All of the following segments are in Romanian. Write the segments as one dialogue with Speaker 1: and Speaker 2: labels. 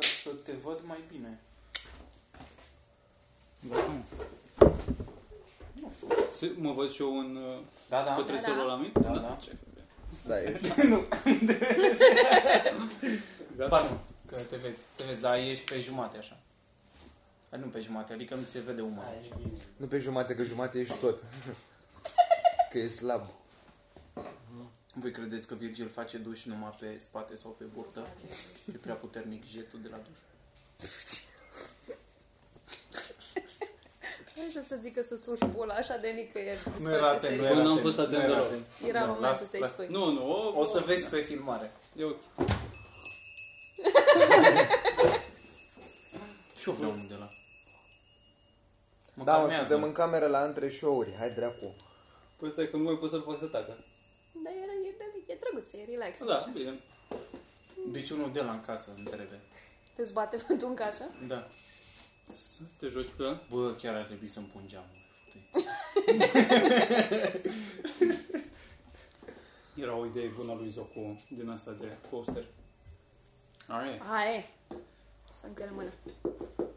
Speaker 1: și eu te văd mai bine.
Speaker 2: Da, nu.
Speaker 1: Nu știu.
Speaker 2: Se- Mă văd și eu în uh,
Speaker 1: Da, da.
Speaker 2: pătrețelul
Speaker 3: Da, da.
Speaker 2: ăla mic?
Speaker 1: Da, da.
Speaker 2: Ce?
Speaker 4: Da, e.
Speaker 1: nu.
Speaker 2: Gata.
Speaker 1: Ba nu, că te vezi. Te vezi, dar ești pe jumate așa. Dar nu pe jumate, adică nu ți se vede umărul.
Speaker 4: Nu pe jumate, că jumate ești tot. Că e slab.
Speaker 1: Voi credeți că Virgil face duș numai pe spate sau pe burtă? E prea puternic jetul de la duș.
Speaker 3: Nu știu să zic că să suși pula așa de nicăieri.
Speaker 1: Nu era atent, nu era
Speaker 2: Păi n-am
Speaker 1: atent,
Speaker 2: fost atent
Speaker 1: nu era
Speaker 2: deloc.
Speaker 1: atent.
Speaker 3: Era
Speaker 1: Nu,
Speaker 3: momentul
Speaker 1: Da, las-
Speaker 3: să-i
Speaker 1: las-
Speaker 3: spui.
Speaker 2: Nu, nu.
Speaker 1: O să vezi pe filmare.
Speaker 2: E ok.
Speaker 1: Și eu vreau unul de la. Mă
Speaker 4: Da, mă,
Speaker 1: calmează.
Speaker 4: suntem în cameră la între show-uri. Hai dracu.
Speaker 2: Păi stai că nu mai pot să-l fac să tacă.
Speaker 3: Dar era, e, e drăguț, e relax.
Speaker 2: Da,
Speaker 3: așa.
Speaker 2: bine.
Speaker 1: Deci unul de la în casă îmi trebuie.
Speaker 3: Te zbate vântul în casă?
Speaker 1: Da.
Speaker 2: Să te joci cu ea.
Speaker 1: Bă, chiar ar trebui să-mi pun geamul.
Speaker 2: Era o idee bună a lui Zocu din asta de poster.
Speaker 1: Are.
Speaker 3: Hai! Stăm cu el în mână.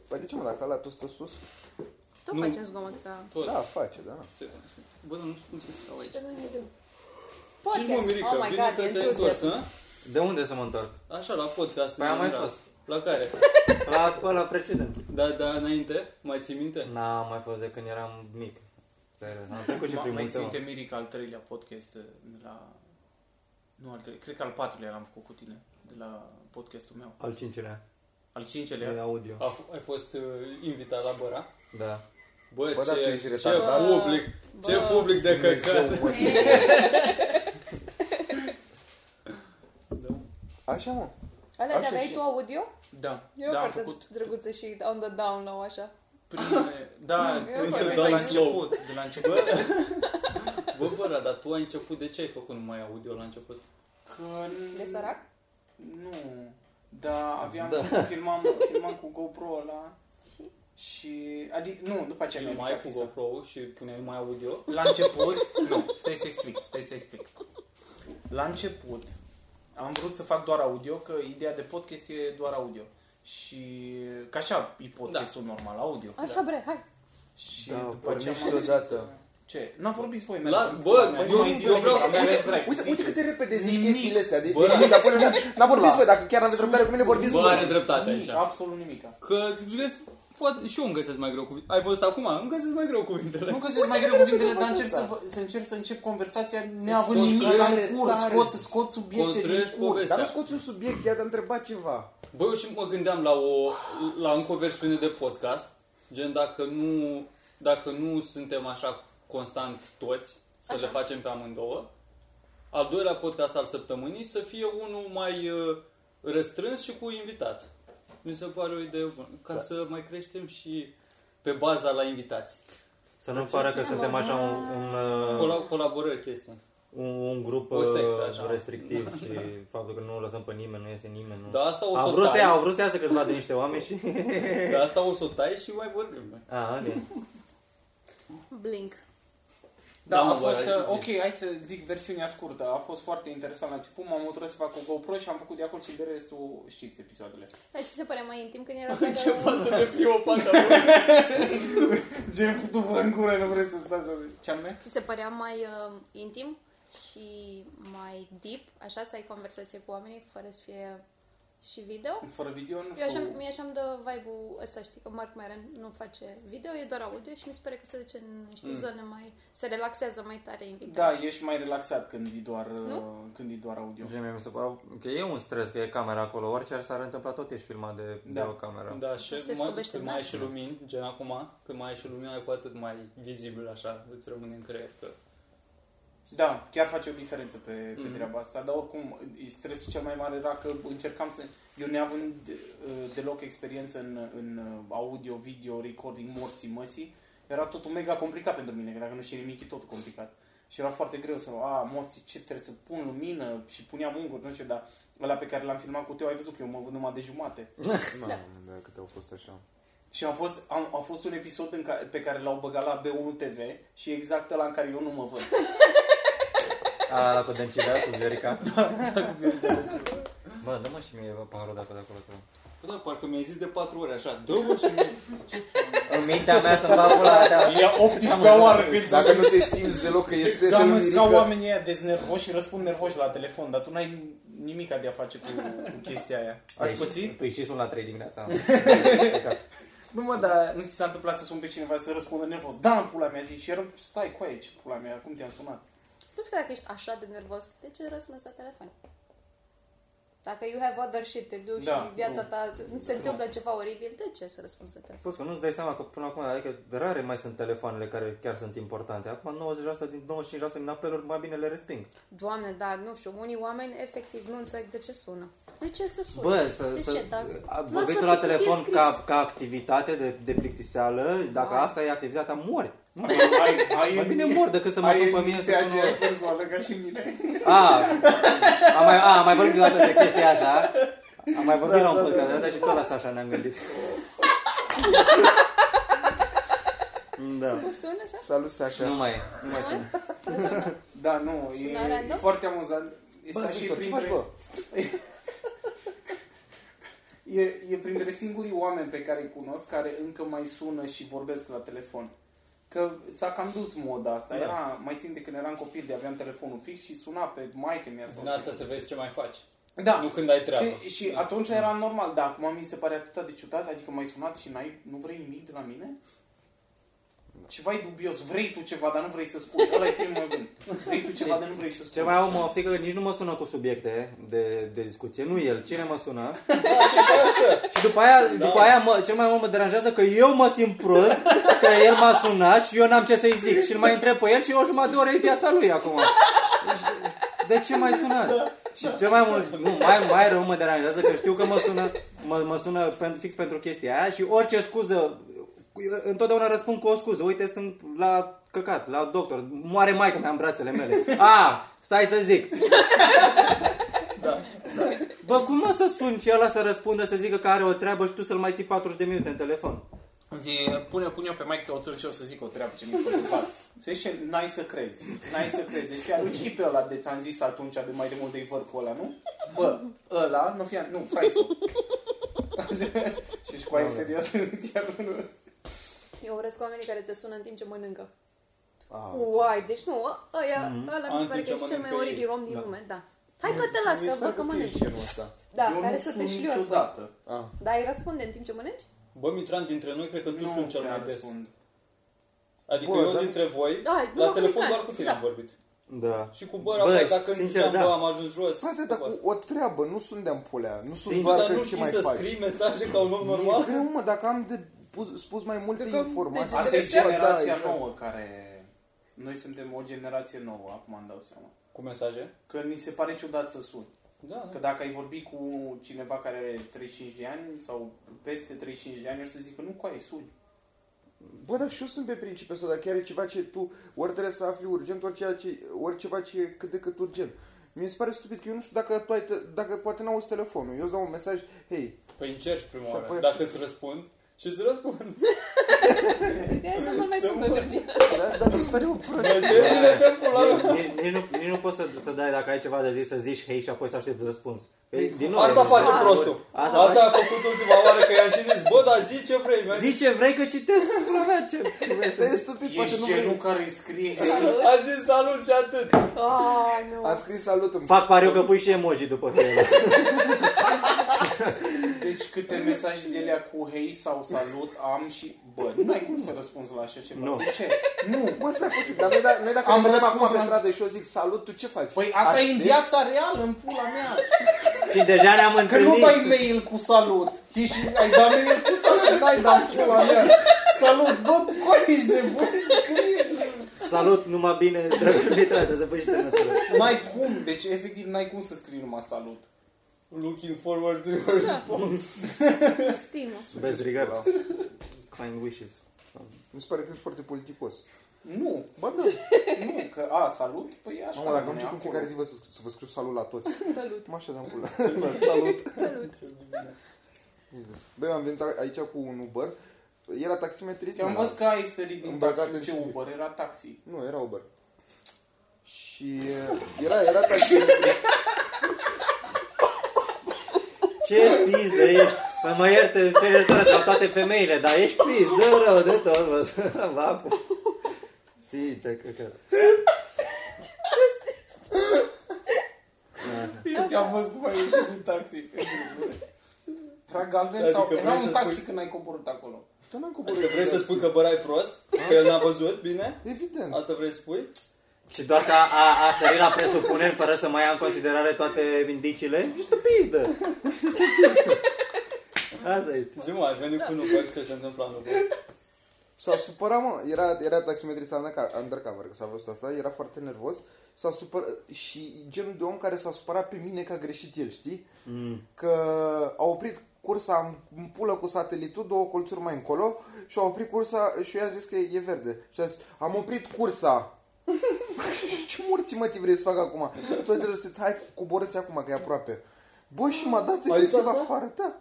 Speaker 4: Păi de ce mă, dacă ăla tot stă sus?
Speaker 3: Tot
Speaker 2: Nu.
Speaker 3: facem zgomot ca...
Speaker 2: Tot.
Speaker 4: Da, face, da.
Speaker 2: Se cunoaște. Bă, dar nu știu cum se stau aici.
Speaker 3: Podcast!
Speaker 2: Țin, mă, Mirica,
Speaker 3: oh my
Speaker 2: vine
Speaker 3: god,
Speaker 2: că
Speaker 3: e
Speaker 2: te-ai întors,
Speaker 3: entuziasm.
Speaker 2: a?
Speaker 5: De unde să mă întorc?
Speaker 2: Așa, la podcast.
Speaker 5: Păi am mai
Speaker 2: Da.
Speaker 5: fost.
Speaker 2: La care?
Speaker 5: La, pe la precedent.
Speaker 2: Da, da, înainte? Mai ții minte?
Speaker 5: N-am mai fost de când eram mic. Serios, Da, Am trecut și
Speaker 1: Ma-
Speaker 5: prin
Speaker 1: Mai
Speaker 5: multe
Speaker 1: ții minte,
Speaker 5: ori.
Speaker 1: Mirica, al treilea podcast uh, de la... Nu al treilea, cred că al patrulea l-am făcut cu tine. De la podcastul meu.
Speaker 5: Al cincilea.
Speaker 1: Al
Speaker 5: Din
Speaker 1: cincelea.
Speaker 5: audio.
Speaker 2: A f- ai fost uh, invitat la Băra?
Speaker 5: Da.
Speaker 2: Bă,
Speaker 4: Bă,
Speaker 2: ce,
Speaker 4: dar tu ești
Speaker 2: ce
Speaker 4: retardat.
Speaker 2: public! Ce
Speaker 3: Bă.
Speaker 2: public de căcat!
Speaker 4: mă.
Speaker 2: Da.
Speaker 4: Așa, mă.
Speaker 3: Alea de
Speaker 4: Așa
Speaker 3: aveai
Speaker 4: și-
Speaker 3: tu audio?
Speaker 1: Da,
Speaker 3: Eu
Speaker 1: da, am
Speaker 3: foarte
Speaker 1: făcut
Speaker 3: drăguță și on the down low, așa.
Speaker 1: primele... Da,
Speaker 3: Eu
Speaker 1: cred că
Speaker 3: vorbesc
Speaker 1: de la
Speaker 3: mai
Speaker 2: slow.
Speaker 1: început. De la început.
Speaker 2: Bă, bă, bă, dar tu ai început, de ce ai făcut numai audio la început?
Speaker 1: Că... n-
Speaker 3: De sărac?
Speaker 1: Nu. Da, aveam...
Speaker 5: Da.
Speaker 1: Filmam, filmam cu GoPro ăla
Speaker 3: Și?
Speaker 1: și... Adică, nu, după aceea
Speaker 2: Ce
Speaker 1: mi-a
Speaker 2: mai
Speaker 1: mai
Speaker 2: cu GoPro și puneai numai audio?
Speaker 1: La început, nu, stai să explic, stai să explic. La început am vrut să fac doar audio, că ideea de podcast e doar audio. Și ca așa
Speaker 2: Da.
Speaker 1: e podcastul normal, audio.
Speaker 3: Așa, bre, hai!
Speaker 1: Și
Speaker 4: Da,
Speaker 1: după aceea
Speaker 4: pornești
Speaker 1: am zis,
Speaker 4: odată.
Speaker 1: ce? N-am vorbit voi,
Speaker 2: La-
Speaker 1: mergeți în
Speaker 2: bă,
Speaker 1: pula mea,
Speaker 2: eu-
Speaker 1: nu mai zic
Speaker 2: eu vreau
Speaker 1: nimic,
Speaker 2: să-
Speaker 1: mi-a
Speaker 2: uite-
Speaker 1: mers drag,
Speaker 4: Uite, uite
Speaker 1: ziceți.
Speaker 4: cât de repede zici
Speaker 1: Nimic.
Speaker 4: chestiile astea. De,
Speaker 2: Bă,
Speaker 4: deci, nu, dar până la n-a vorbiți voi, dacă chiar aveți răbdare cu mine, vorbiți
Speaker 2: Bă, are
Speaker 4: voi.
Speaker 2: dreptate aici.
Speaker 1: Nimic, absolut nimic.
Speaker 2: Că zici, vezi, poate, și eu îmi găsesc mai greu cuvinte. Ai văzut acum? Îmi găsesc mai greu cuvintele.
Speaker 1: Nu găsesc mai greu cuvintele, dar încerc să, vă- să încerc să încep
Speaker 2: Deci
Speaker 1: conversația neavând nimic
Speaker 2: construiești
Speaker 1: la în cur,
Speaker 4: retare,
Speaker 1: scot, scot subiecte din
Speaker 2: construiești
Speaker 1: cur.
Speaker 2: poveste.
Speaker 4: Dar nu scoți un subiect, ea te-a întrebat ceva.
Speaker 2: Bă, eu și mă gândeam la, o, la încă o versiune de podcast. Gen, dacă nu, dacă nu suntem așa constant toți, să le facem pe amândouă. Al doilea podcast al săptămânii să fie unul mai uh, restrâns și cu invitat. Mi se pare o idee bună. Ca da. să mai creștem și pe baza la invitați.
Speaker 5: Să nu pară că suntem așa un, un, uh,
Speaker 2: Cola- colaborări chestii.
Speaker 5: un, un grup
Speaker 2: O sectă,
Speaker 5: uh,
Speaker 2: așa.
Speaker 5: restrictiv și faptul că nu lăsăm pe nimeni, nu iese nimeni. Nu.
Speaker 2: Dar Da, asta o
Speaker 5: Au
Speaker 2: să
Speaker 5: vrut să, ia,
Speaker 2: tai.
Speaker 5: au vrut să iasă câțiva de niște oameni și... Ah,
Speaker 2: Dar asta o să o tai și mai vorbim. noi.
Speaker 5: A, bine.
Speaker 3: Blink.
Speaker 1: Da,
Speaker 2: Da, mă,
Speaker 1: a fost,
Speaker 2: bă, ai
Speaker 1: ok, hai să zic versiunea scurtă, a fost foarte interesant la început, m-am mutat să fac cu GoPro și am făcut de acolo și de restul știți episoadele.
Speaker 3: Dar ți se părea mai intim când era
Speaker 2: Ce
Speaker 3: pe
Speaker 2: față de psihopat am
Speaker 1: Gen, tu vă în gură, nu vreți să stați să zic. Ce anume?
Speaker 3: Ți se părea mai uh, intim și mai deep, așa să ai conversație cu oamenii fără să fie și video?
Speaker 1: Fără video, nu
Speaker 3: Eu așa,
Speaker 1: știu.
Speaker 3: mie așa îmi dă vibe-ul ăsta, știi, că Mark Maron nu face video, e doar audio și mi se pare că se duce în niște mm. zone mai... se relaxează mai tare
Speaker 1: Hmm. Da,
Speaker 3: invitații.
Speaker 1: ești mai relaxat când e doar, uh,
Speaker 3: Nu?
Speaker 1: când e doar audio.
Speaker 5: Și mie mi se pare că e un stres, că e camera acolo, orice ar s-ar întâmpla, tot ești filmat de,
Speaker 1: Da.
Speaker 5: de o cameră.
Speaker 2: Da, și
Speaker 3: Să te
Speaker 2: mai,
Speaker 3: scobește
Speaker 2: când mai ai
Speaker 3: nasul.
Speaker 2: și lumini, gen acum, când mai ai și lumina, e cu atât mai vizibil așa, îți rămâne în creier că...
Speaker 1: Da, chiar face o diferență pe, pe
Speaker 2: Mhm.
Speaker 1: treaba asta, dar oricum e- stresul cel mai mare era că încercam să... Eu neavând uh, deloc experiență în, în uh, audio, video, recording, morții, măsii, era totul mega complicat pentru mine, că dacă nu știi nimic e totul complicat. Și era foarte greu să, a, morții, ce trebuie să pun lumină și puneam unguri, nu știu, dar ăla pe care l-am filmat cu Teo, ai văzut că eu mă văd numai de jumate.
Speaker 4: Mamă, câte au fost așa.
Speaker 1: Și a fost, am, a fost un episod în care, pe care l-au băgat la B1 TV și exact ăla în care eu nu mă văd.
Speaker 5: A, la da, cu dencidea, cu Viorica. Bă, dă-mă și mie bă, paharul de apă de acolo. Tu.
Speaker 6: Da, parcă mi-ai zis de patru ori așa, dă și mi
Speaker 5: În mintea mea să-mi va pula ta.
Speaker 1: E 18 oară când ți-a
Speaker 4: Dacă nu te simți deloc că e
Speaker 1: Da,
Speaker 4: setul
Speaker 1: mă,
Speaker 4: nimic,
Speaker 1: ca oamenii ăia deznervoși și răspund nervoși la telefon, dar tu n-ai nimica de a face cu, cu chestia aia. Ați pățit?
Speaker 5: Păi și sunt la 3 dimineața.
Speaker 1: Nu mă, dar nu ți s-a întâmplat să suni pe cineva să răspundă nervos. Da, în pula mea, zici, și eram, stai, cu aia, ce pula mea, cum te-am sunat?
Speaker 3: Plus că dacă ești așa de nervos, de ce răspunzi la telefon? Dacă you have other shit to do
Speaker 1: Da,
Speaker 3: da, și viața
Speaker 1: nu. Da.
Speaker 3: ta se- se întâmplă ceva oribil, de ce să răspunzi la telefon?
Speaker 5: Plus că nu-ți dai seama că până acum, adică rare mai sunt telefoanele care chiar sunt importante. Acum 90% din 95% din apeluri mai bine le resping.
Speaker 3: Doamne, da, nu știu, unii oameni efectiv nu înțeleg de ce sună. De ce să sună?
Speaker 5: Bă, să,
Speaker 3: de
Speaker 5: să,
Speaker 3: ce? Da,
Speaker 5: a-
Speaker 3: lasă
Speaker 5: vorbitul
Speaker 3: că
Speaker 5: la
Speaker 3: să fie
Speaker 5: telefon
Speaker 3: scris. Da.
Speaker 5: ca, ca activitate de, de plictiseală, dacă
Speaker 3: Mor.
Speaker 5: asta e activitatea, mori.
Speaker 1: Ai, ai,
Speaker 5: Mai bine mor decât să mă sun pe mine să sun...
Speaker 1: aceeași persoană ca și mine.
Speaker 5: A, Ah, am mai, a, am mai vorbit dată de chestia asta. Am mai vorbit la un podcast de asta și tot la asta așa ne-am gândit. Da.
Speaker 3: Cum sună așa?
Speaker 4: Salut, Sasha.
Speaker 5: Nu mai, nu mai sunt.
Speaker 1: Da, nu, e,
Speaker 3: Sună random?
Speaker 1: foarte amuzant. Este
Speaker 4: Bă,
Speaker 1: și
Speaker 4: Victor, ce
Speaker 1: printre-
Speaker 4: faci, bă?
Speaker 1: E, e printre singurii oameni pe care îi cunosc care încă mai sună și vorbesc la telefon. Că s-a cam dus moda asta.
Speaker 5: Da.
Speaker 1: Era, mai țin de când eram copil, de aveam telefonul fix și suna pe maică mea sau
Speaker 6: În asta să vezi ce mai faci.
Speaker 1: Da.
Speaker 6: Nu când ai treabă.
Speaker 1: Și, și atunci era normal, dar acum mi se pare atât de ciudat, adică m-ai sunat și n-ai, nu vrei nimic de la mine? Ceva e dubios, vrei tu ceva, dar nu vrei să spui. Ăla e primul gând. Vrei tu ceva, dar nu vrei să spui.
Speaker 5: Cel mai om mă oftică că nici nu mă sună cu subiecte de, de discuție. Nu el, cine mă sună. și după aia, după aia mă, cel mai mult mă deranjează că eu mă simt prost, că el m-a sunat și eu n-am ce să-i zic. Și îl mai întreb pe el și o jumătate de oră e viața lui acum. Deci, de ce mai sunat? Și cel mai mult, nu, mai, mai rău mă deranjează că știu că mă sună, mă, mă sună pen, fix pentru chestia aia și orice scuză, întotdeauna răspund cu o scuză. Uite, sunt la căcat, la doctor, moare maica mea în brațele mele. A, stai să zic. Bă, cum mă să suni și ăla să răspundă, să zică că are o treabă și tu să-l mai ții 40 de minute în telefon?
Speaker 1: Zi, pune, pune eu pe Mike te oțel și eu să zic o treabă ce mi s-a întâmplat. Se zice, n-ai să crezi, n-ai să crezi. Deci te arunci și pe ăla de ți-am zis atunci de mai de mult de-i văr cu ăla, nu? Bă, ăla, nu fia, nu, fraisul. și și cu aia e serios,
Speaker 6: Da,
Speaker 1: chiar nu.
Speaker 3: Eu urăsc oamenii care te sună în timp ce mănâncă.
Speaker 4: Ah,
Speaker 3: Uai, deci nu, ă- ăia, ăla
Speaker 6: În
Speaker 3: mi se pare
Speaker 6: timp
Speaker 3: că
Speaker 6: ce
Speaker 3: ești cel mai
Speaker 6: mănâncă
Speaker 3: oribil
Speaker 6: ei.
Speaker 3: om din lume, da. Hai că te las, că văd că mănânci.
Speaker 4: ăsta.
Speaker 3: Da,
Speaker 1: eu
Speaker 3: care
Speaker 1: nu
Speaker 3: să
Speaker 1: sun
Speaker 3: te șliorpă.
Speaker 1: niciodată.
Speaker 4: Ah.
Speaker 3: da. Dar îi răspunde în timp ce mănânci?
Speaker 6: Bă, Mitran, dintre noi cred că tu sunt cel
Speaker 1: prea
Speaker 6: mai des.
Speaker 1: răspund.
Speaker 6: Adică
Speaker 4: Bă,
Speaker 6: eu
Speaker 4: dar-
Speaker 6: dintre voi,
Speaker 3: Da,
Speaker 6: la
Speaker 3: numai
Speaker 6: telefon
Speaker 3: Mitran,
Speaker 6: doar cu tine
Speaker 3: da.
Speaker 6: am vorbit.
Speaker 5: Da.
Speaker 6: Și cu băra,
Speaker 5: Bă,
Speaker 6: bă,
Speaker 5: și
Speaker 6: dacă
Speaker 5: sincer,
Speaker 6: sincer,
Speaker 5: da.
Speaker 6: da. am ajuns jos.
Speaker 4: Frate, dar cu o treabă, nu sunt de-am pulea. Nu
Speaker 1: Deci,
Speaker 4: sunt
Speaker 5: Singur,
Speaker 4: doar
Speaker 6: dar
Speaker 4: că
Speaker 6: nu
Speaker 4: ce
Speaker 6: știi
Speaker 4: mai
Speaker 6: să
Speaker 4: faci.
Speaker 6: scrii mesaje ca un om
Speaker 4: E
Speaker 6: normal?
Speaker 4: greu, mă, dacă am de pus- spus mai multe
Speaker 6: Cred că-
Speaker 4: informații.
Speaker 1: Asta e
Speaker 4: Da, da,
Speaker 1: generația
Speaker 4: exact.
Speaker 1: nouă care... Noi suntem o generație nouă, acum îmi dau seama.
Speaker 6: Cu mesaje?
Speaker 1: Că ni se pare ciudat să sun.
Speaker 6: Da,
Speaker 1: Că
Speaker 6: da.
Speaker 1: dacă ai vorbi cu cineva care are 35 de ani sau peste 35 de ani, o să zică, nu, coaie, suni.
Speaker 4: Bă, dar și eu sunt pe principiul ăsta, dacă are ceva ce tu ori trebuie să afli urgent, ori, ceea ce, ori ceva ce e cât de cât urgent. Mi se pare stupid că eu nu știu dacă, tu ai te, dacă poate n-auzi telefonul. Eu îți dau un mesaj, hei,
Speaker 6: Păi încerci prima
Speaker 4: Și
Speaker 6: oară.
Speaker 4: apoi-
Speaker 6: Dacă îți răspund, și îți răspund.
Speaker 3: Ideea e să nu mai sun pe Virgil.
Speaker 4: da, dar mi se pare o prostie.
Speaker 6: Termină timpul la
Speaker 5: Nici, nici, nu, nici nu poți să, să dai dacă ai ceva de zis, să zici hei și apoi să aștepți răspuns. Că e- Din nou,
Speaker 6: Asta
Speaker 5: e-
Speaker 6: face
Speaker 4: exact.
Speaker 6: prostul.
Speaker 5: Asta,
Speaker 6: Asta, a făcut ultima oară că i-am și zis, bă, dar zi ce vrei, mi-a
Speaker 5: face...
Speaker 6: zis.
Speaker 5: Zici ce vrei că citesc în pula mea, ce, ce vrei să
Speaker 4: Dar e
Speaker 5: zici.
Speaker 4: stupid, Păi, poate nu
Speaker 1: Ești genul
Speaker 4: vrei. Exact.
Speaker 1: care îi scrie.
Speaker 6: A zis salut și atât.
Speaker 3: Ai, nu.
Speaker 4: A scris salut în
Speaker 5: Fac pariu că pui și emoji după ele.
Speaker 1: Deci câte mesaje de alea cu hei sau salut am și... Bă, nu ai cum să răspunzi la așa ceva.
Speaker 5: Nu.
Speaker 1: De ce? Nu.
Speaker 4: Mă, stai puțin, dar noi, da- noi dacă
Speaker 1: Am
Speaker 4: ne vedem
Speaker 1: răspuns
Speaker 4: acum pe
Speaker 1: la-
Speaker 4: stradă și eu zic salut, tu ce faci?
Speaker 1: Păi asta e în
Speaker 4: Aștepți?
Speaker 1: viața reală, în pula mea.
Speaker 5: și deja ne-am
Speaker 1: Că nu
Speaker 5: întâlnit.
Speaker 1: dai mail cu salut. Ești, ai dat mail cu salut, n-ai dat pula mea. Salut, bă, coi ești nebun, scrie.
Speaker 5: Salut, numai bine, dragul Mitra, trebuie să pui și semnătura.
Speaker 1: N-ai cum, deci efectiv n-ai cum să scrii numai salut.
Speaker 6: Looking forward to your response.
Speaker 3: Stimă.
Speaker 5: Best
Speaker 4: Da.
Speaker 5: regards. Kind wishes.
Speaker 4: Mi se pare că ești foarte politicos.
Speaker 1: Nu,
Speaker 4: Bă, da.
Speaker 1: nu, că a, salut, păi așa.
Speaker 4: Mamă, dacă am
Speaker 1: rămâne
Speaker 4: început în
Speaker 1: acolo.
Speaker 4: fiecare zi vă- să, să vă scriu salut la toți.
Speaker 3: Salut.
Speaker 4: Mă așa de-am pula. Da, salut.
Speaker 3: Salut.
Speaker 4: Jesus. Băi, eu am venit a- aici cu un Uber. Era taximetrist?
Speaker 1: Că am
Speaker 4: nu
Speaker 1: văzut că ai sărit din
Speaker 4: Îmbrăcat
Speaker 1: taxi,
Speaker 4: în
Speaker 1: ce
Speaker 4: civil.
Speaker 1: Uber, era taxi.
Speaker 4: Nu, era Uber. Și eh, era, era taximetrist.
Speaker 5: Ce pizdă ești! Să mă ierte, cer iertare de la toate femeile, dar ești pis, dă rău de tot, mă, să mă apuc. Si, te căcat.
Speaker 1: Eu te-am văzut cum ai ieșit din taxi. Era galben adică sau...
Speaker 2: Adică
Speaker 1: Era
Speaker 2: vrei
Speaker 1: un
Speaker 2: să
Speaker 1: taxi
Speaker 2: spui-
Speaker 1: când ai coborât acolo.
Speaker 4: Tu n-am
Speaker 2: Adică
Speaker 4: coborât.
Speaker 2: vrei să spui că bărai prost? Că el n-a văzut, bine?
Speaker 4: Evident.
Speaker 2: Asta vrei să spui?
Speaker 5: Și doar că a, a sărit la presupuneri fără să mai ia în considerare toate indiciile? Ești o pizdă! Ești o pizdă! Asta e.
Speaker 2: Zi mă, aș veni cu nu, bă, ce se întâmplă în lucru.
Speaker 4: S-a supărat, mă. Era, era taximetrista underca- undercover, că s-a văzut asta. Era foarte nervos. S-a supărat și genul de om care s-a supărat pe mine că a greșit el, știi?
Speaker 5: Mm.
Speaker 4: Că a oprit cursa în- în pulă cu satelitul, două colțuri mai încolo și a oprit cursa și eu i-a zis că e verde. Și a zis, am oprit cursa. Ce morții mă te vrei să fac acum? Tu ai dreptate, hai coborâți acum că e aproape. Bă, și m-a dat
Speaker 2: Ai zis
Speaker 4: efectiv
Speaker 2: asta?
Speaker 4: afară, da.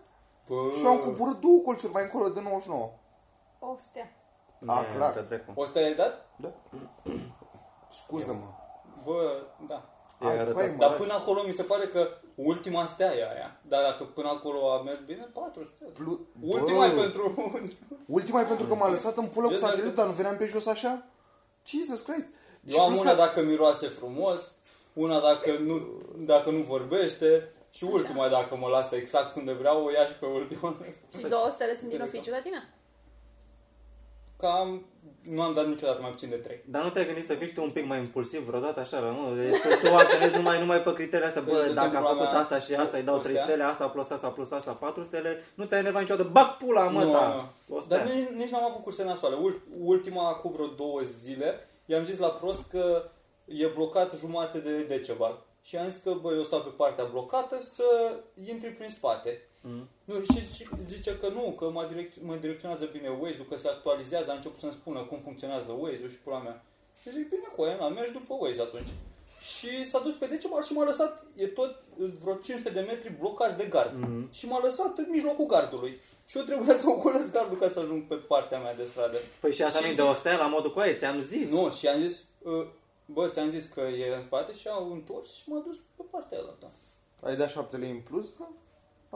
Speaker 2: Bă,
Speaker 4: Și eu am coborât două colțuri mai încolo de 99.
Speaker 3: O stea.
Speaker 4: Ah,
Speaker 5: Da,
Speaker 4: clar.
Speaker 5: Pe trecut.
Speaker 2: O să te-ai dat?
Speaker 4: Scuză-mă.
Speaker 2: Bă, da.
Speaker 5: E arătat.
Speaker 4: băi, mă,
Speaker 2: Dar
Speaker 4: las.
Speaker 2: până acolo mi se pare că ultima stea e aia. Dar dacă până acolo a mers bine, patru stele.
Speaker 4: Plu-
Speaker 2: Ultima e
Speaker 4: Bă,
Speaker 2: pentru un...
Speaker 4: Ultima e pentru că m-a lăsat în pulă cu
Speaker 2: Eu dacă-
Speaker 4: satelitul, dar nu veneam pe jos așa? Jesus Christ! Și
Speaker 2: Eu am
Speaker 4: plus
Speaker 2: una dacă miroase frumos, una dacă nu, dacă nu vorbește și ultima dacă mă lasă exact unde vreau, o ia și pe ultima.
Speaker 3: Și două stele sunt din
Speaker 2: Bine,
Speaker 3: oficiu la tine?
Speaker 2: Cam nu am dat niciodată mai puțin de trei.
Speaker 5: Dar nu te-ai gândit să fii și tu un pic mai impulsiv vreodată așa, la nu? Deci tu, tu acționezi numai, numai pe criteriile astea,
Speaker 2: Păi,
Speaker 5: bă,
Speaker 2: de
Speaker 5: dacă a
Speaker 2: timpul
Speaker 5: făcut
Speaker 2: ăla-
Speaker 5: asta și asta, îi dau 3
Speaker 2: Astea?
Speaker 5: stele, asta plus asta plus asta 4 stele, nu te-ai enervat niciodată, bag pula, mă, da.
Speaker 2: Nu,
Speaker 5: ta!
Speaker 2: nu.
Speaker 5: O stea.
Speaker 2: Dar nici, nici n-am avut curse nasoale. Ul- Ultima cu vreo două zile i-am zis la prost că e blocat jumate de decebal. Și am zis că, bă, eu stau pe partea blocată să intri prin spate.
Speaker 5: Mm.
Speaker 2: Nu, și zice, zice că nu, că mă, direc- mă direcționează bine Waze-ul, că se actualizează, a început să-mi spună cum funcționează Waze-ul și pula mea. Și zic, bine, cu aia, na, mergi după Waze atunci. Și s-a dus pe decebal și m-a lăsat, e tot vreo 500 de metri blocați de gard.
Speaker 5: Mhm.
Speaker 2: Și m-a lăsat în mijlocul gardului. Și eu trebuia să ocolesc gardul ca să ajung pe partea mea de stradă.
Speaker 5: Păi și asta
Speaker 2: Și
Speaker 5: nu-i de
Speaker 2: zic-
Speaker 5: o stea la modul cu aia, ți-am zis.
Speaker 2: Nu, și am zis, "Uh, bă, ți-am zis că e în spate și au întors și m-a dus pe partea aia
Speaker 4: Ai dat șapte lei în plus, da?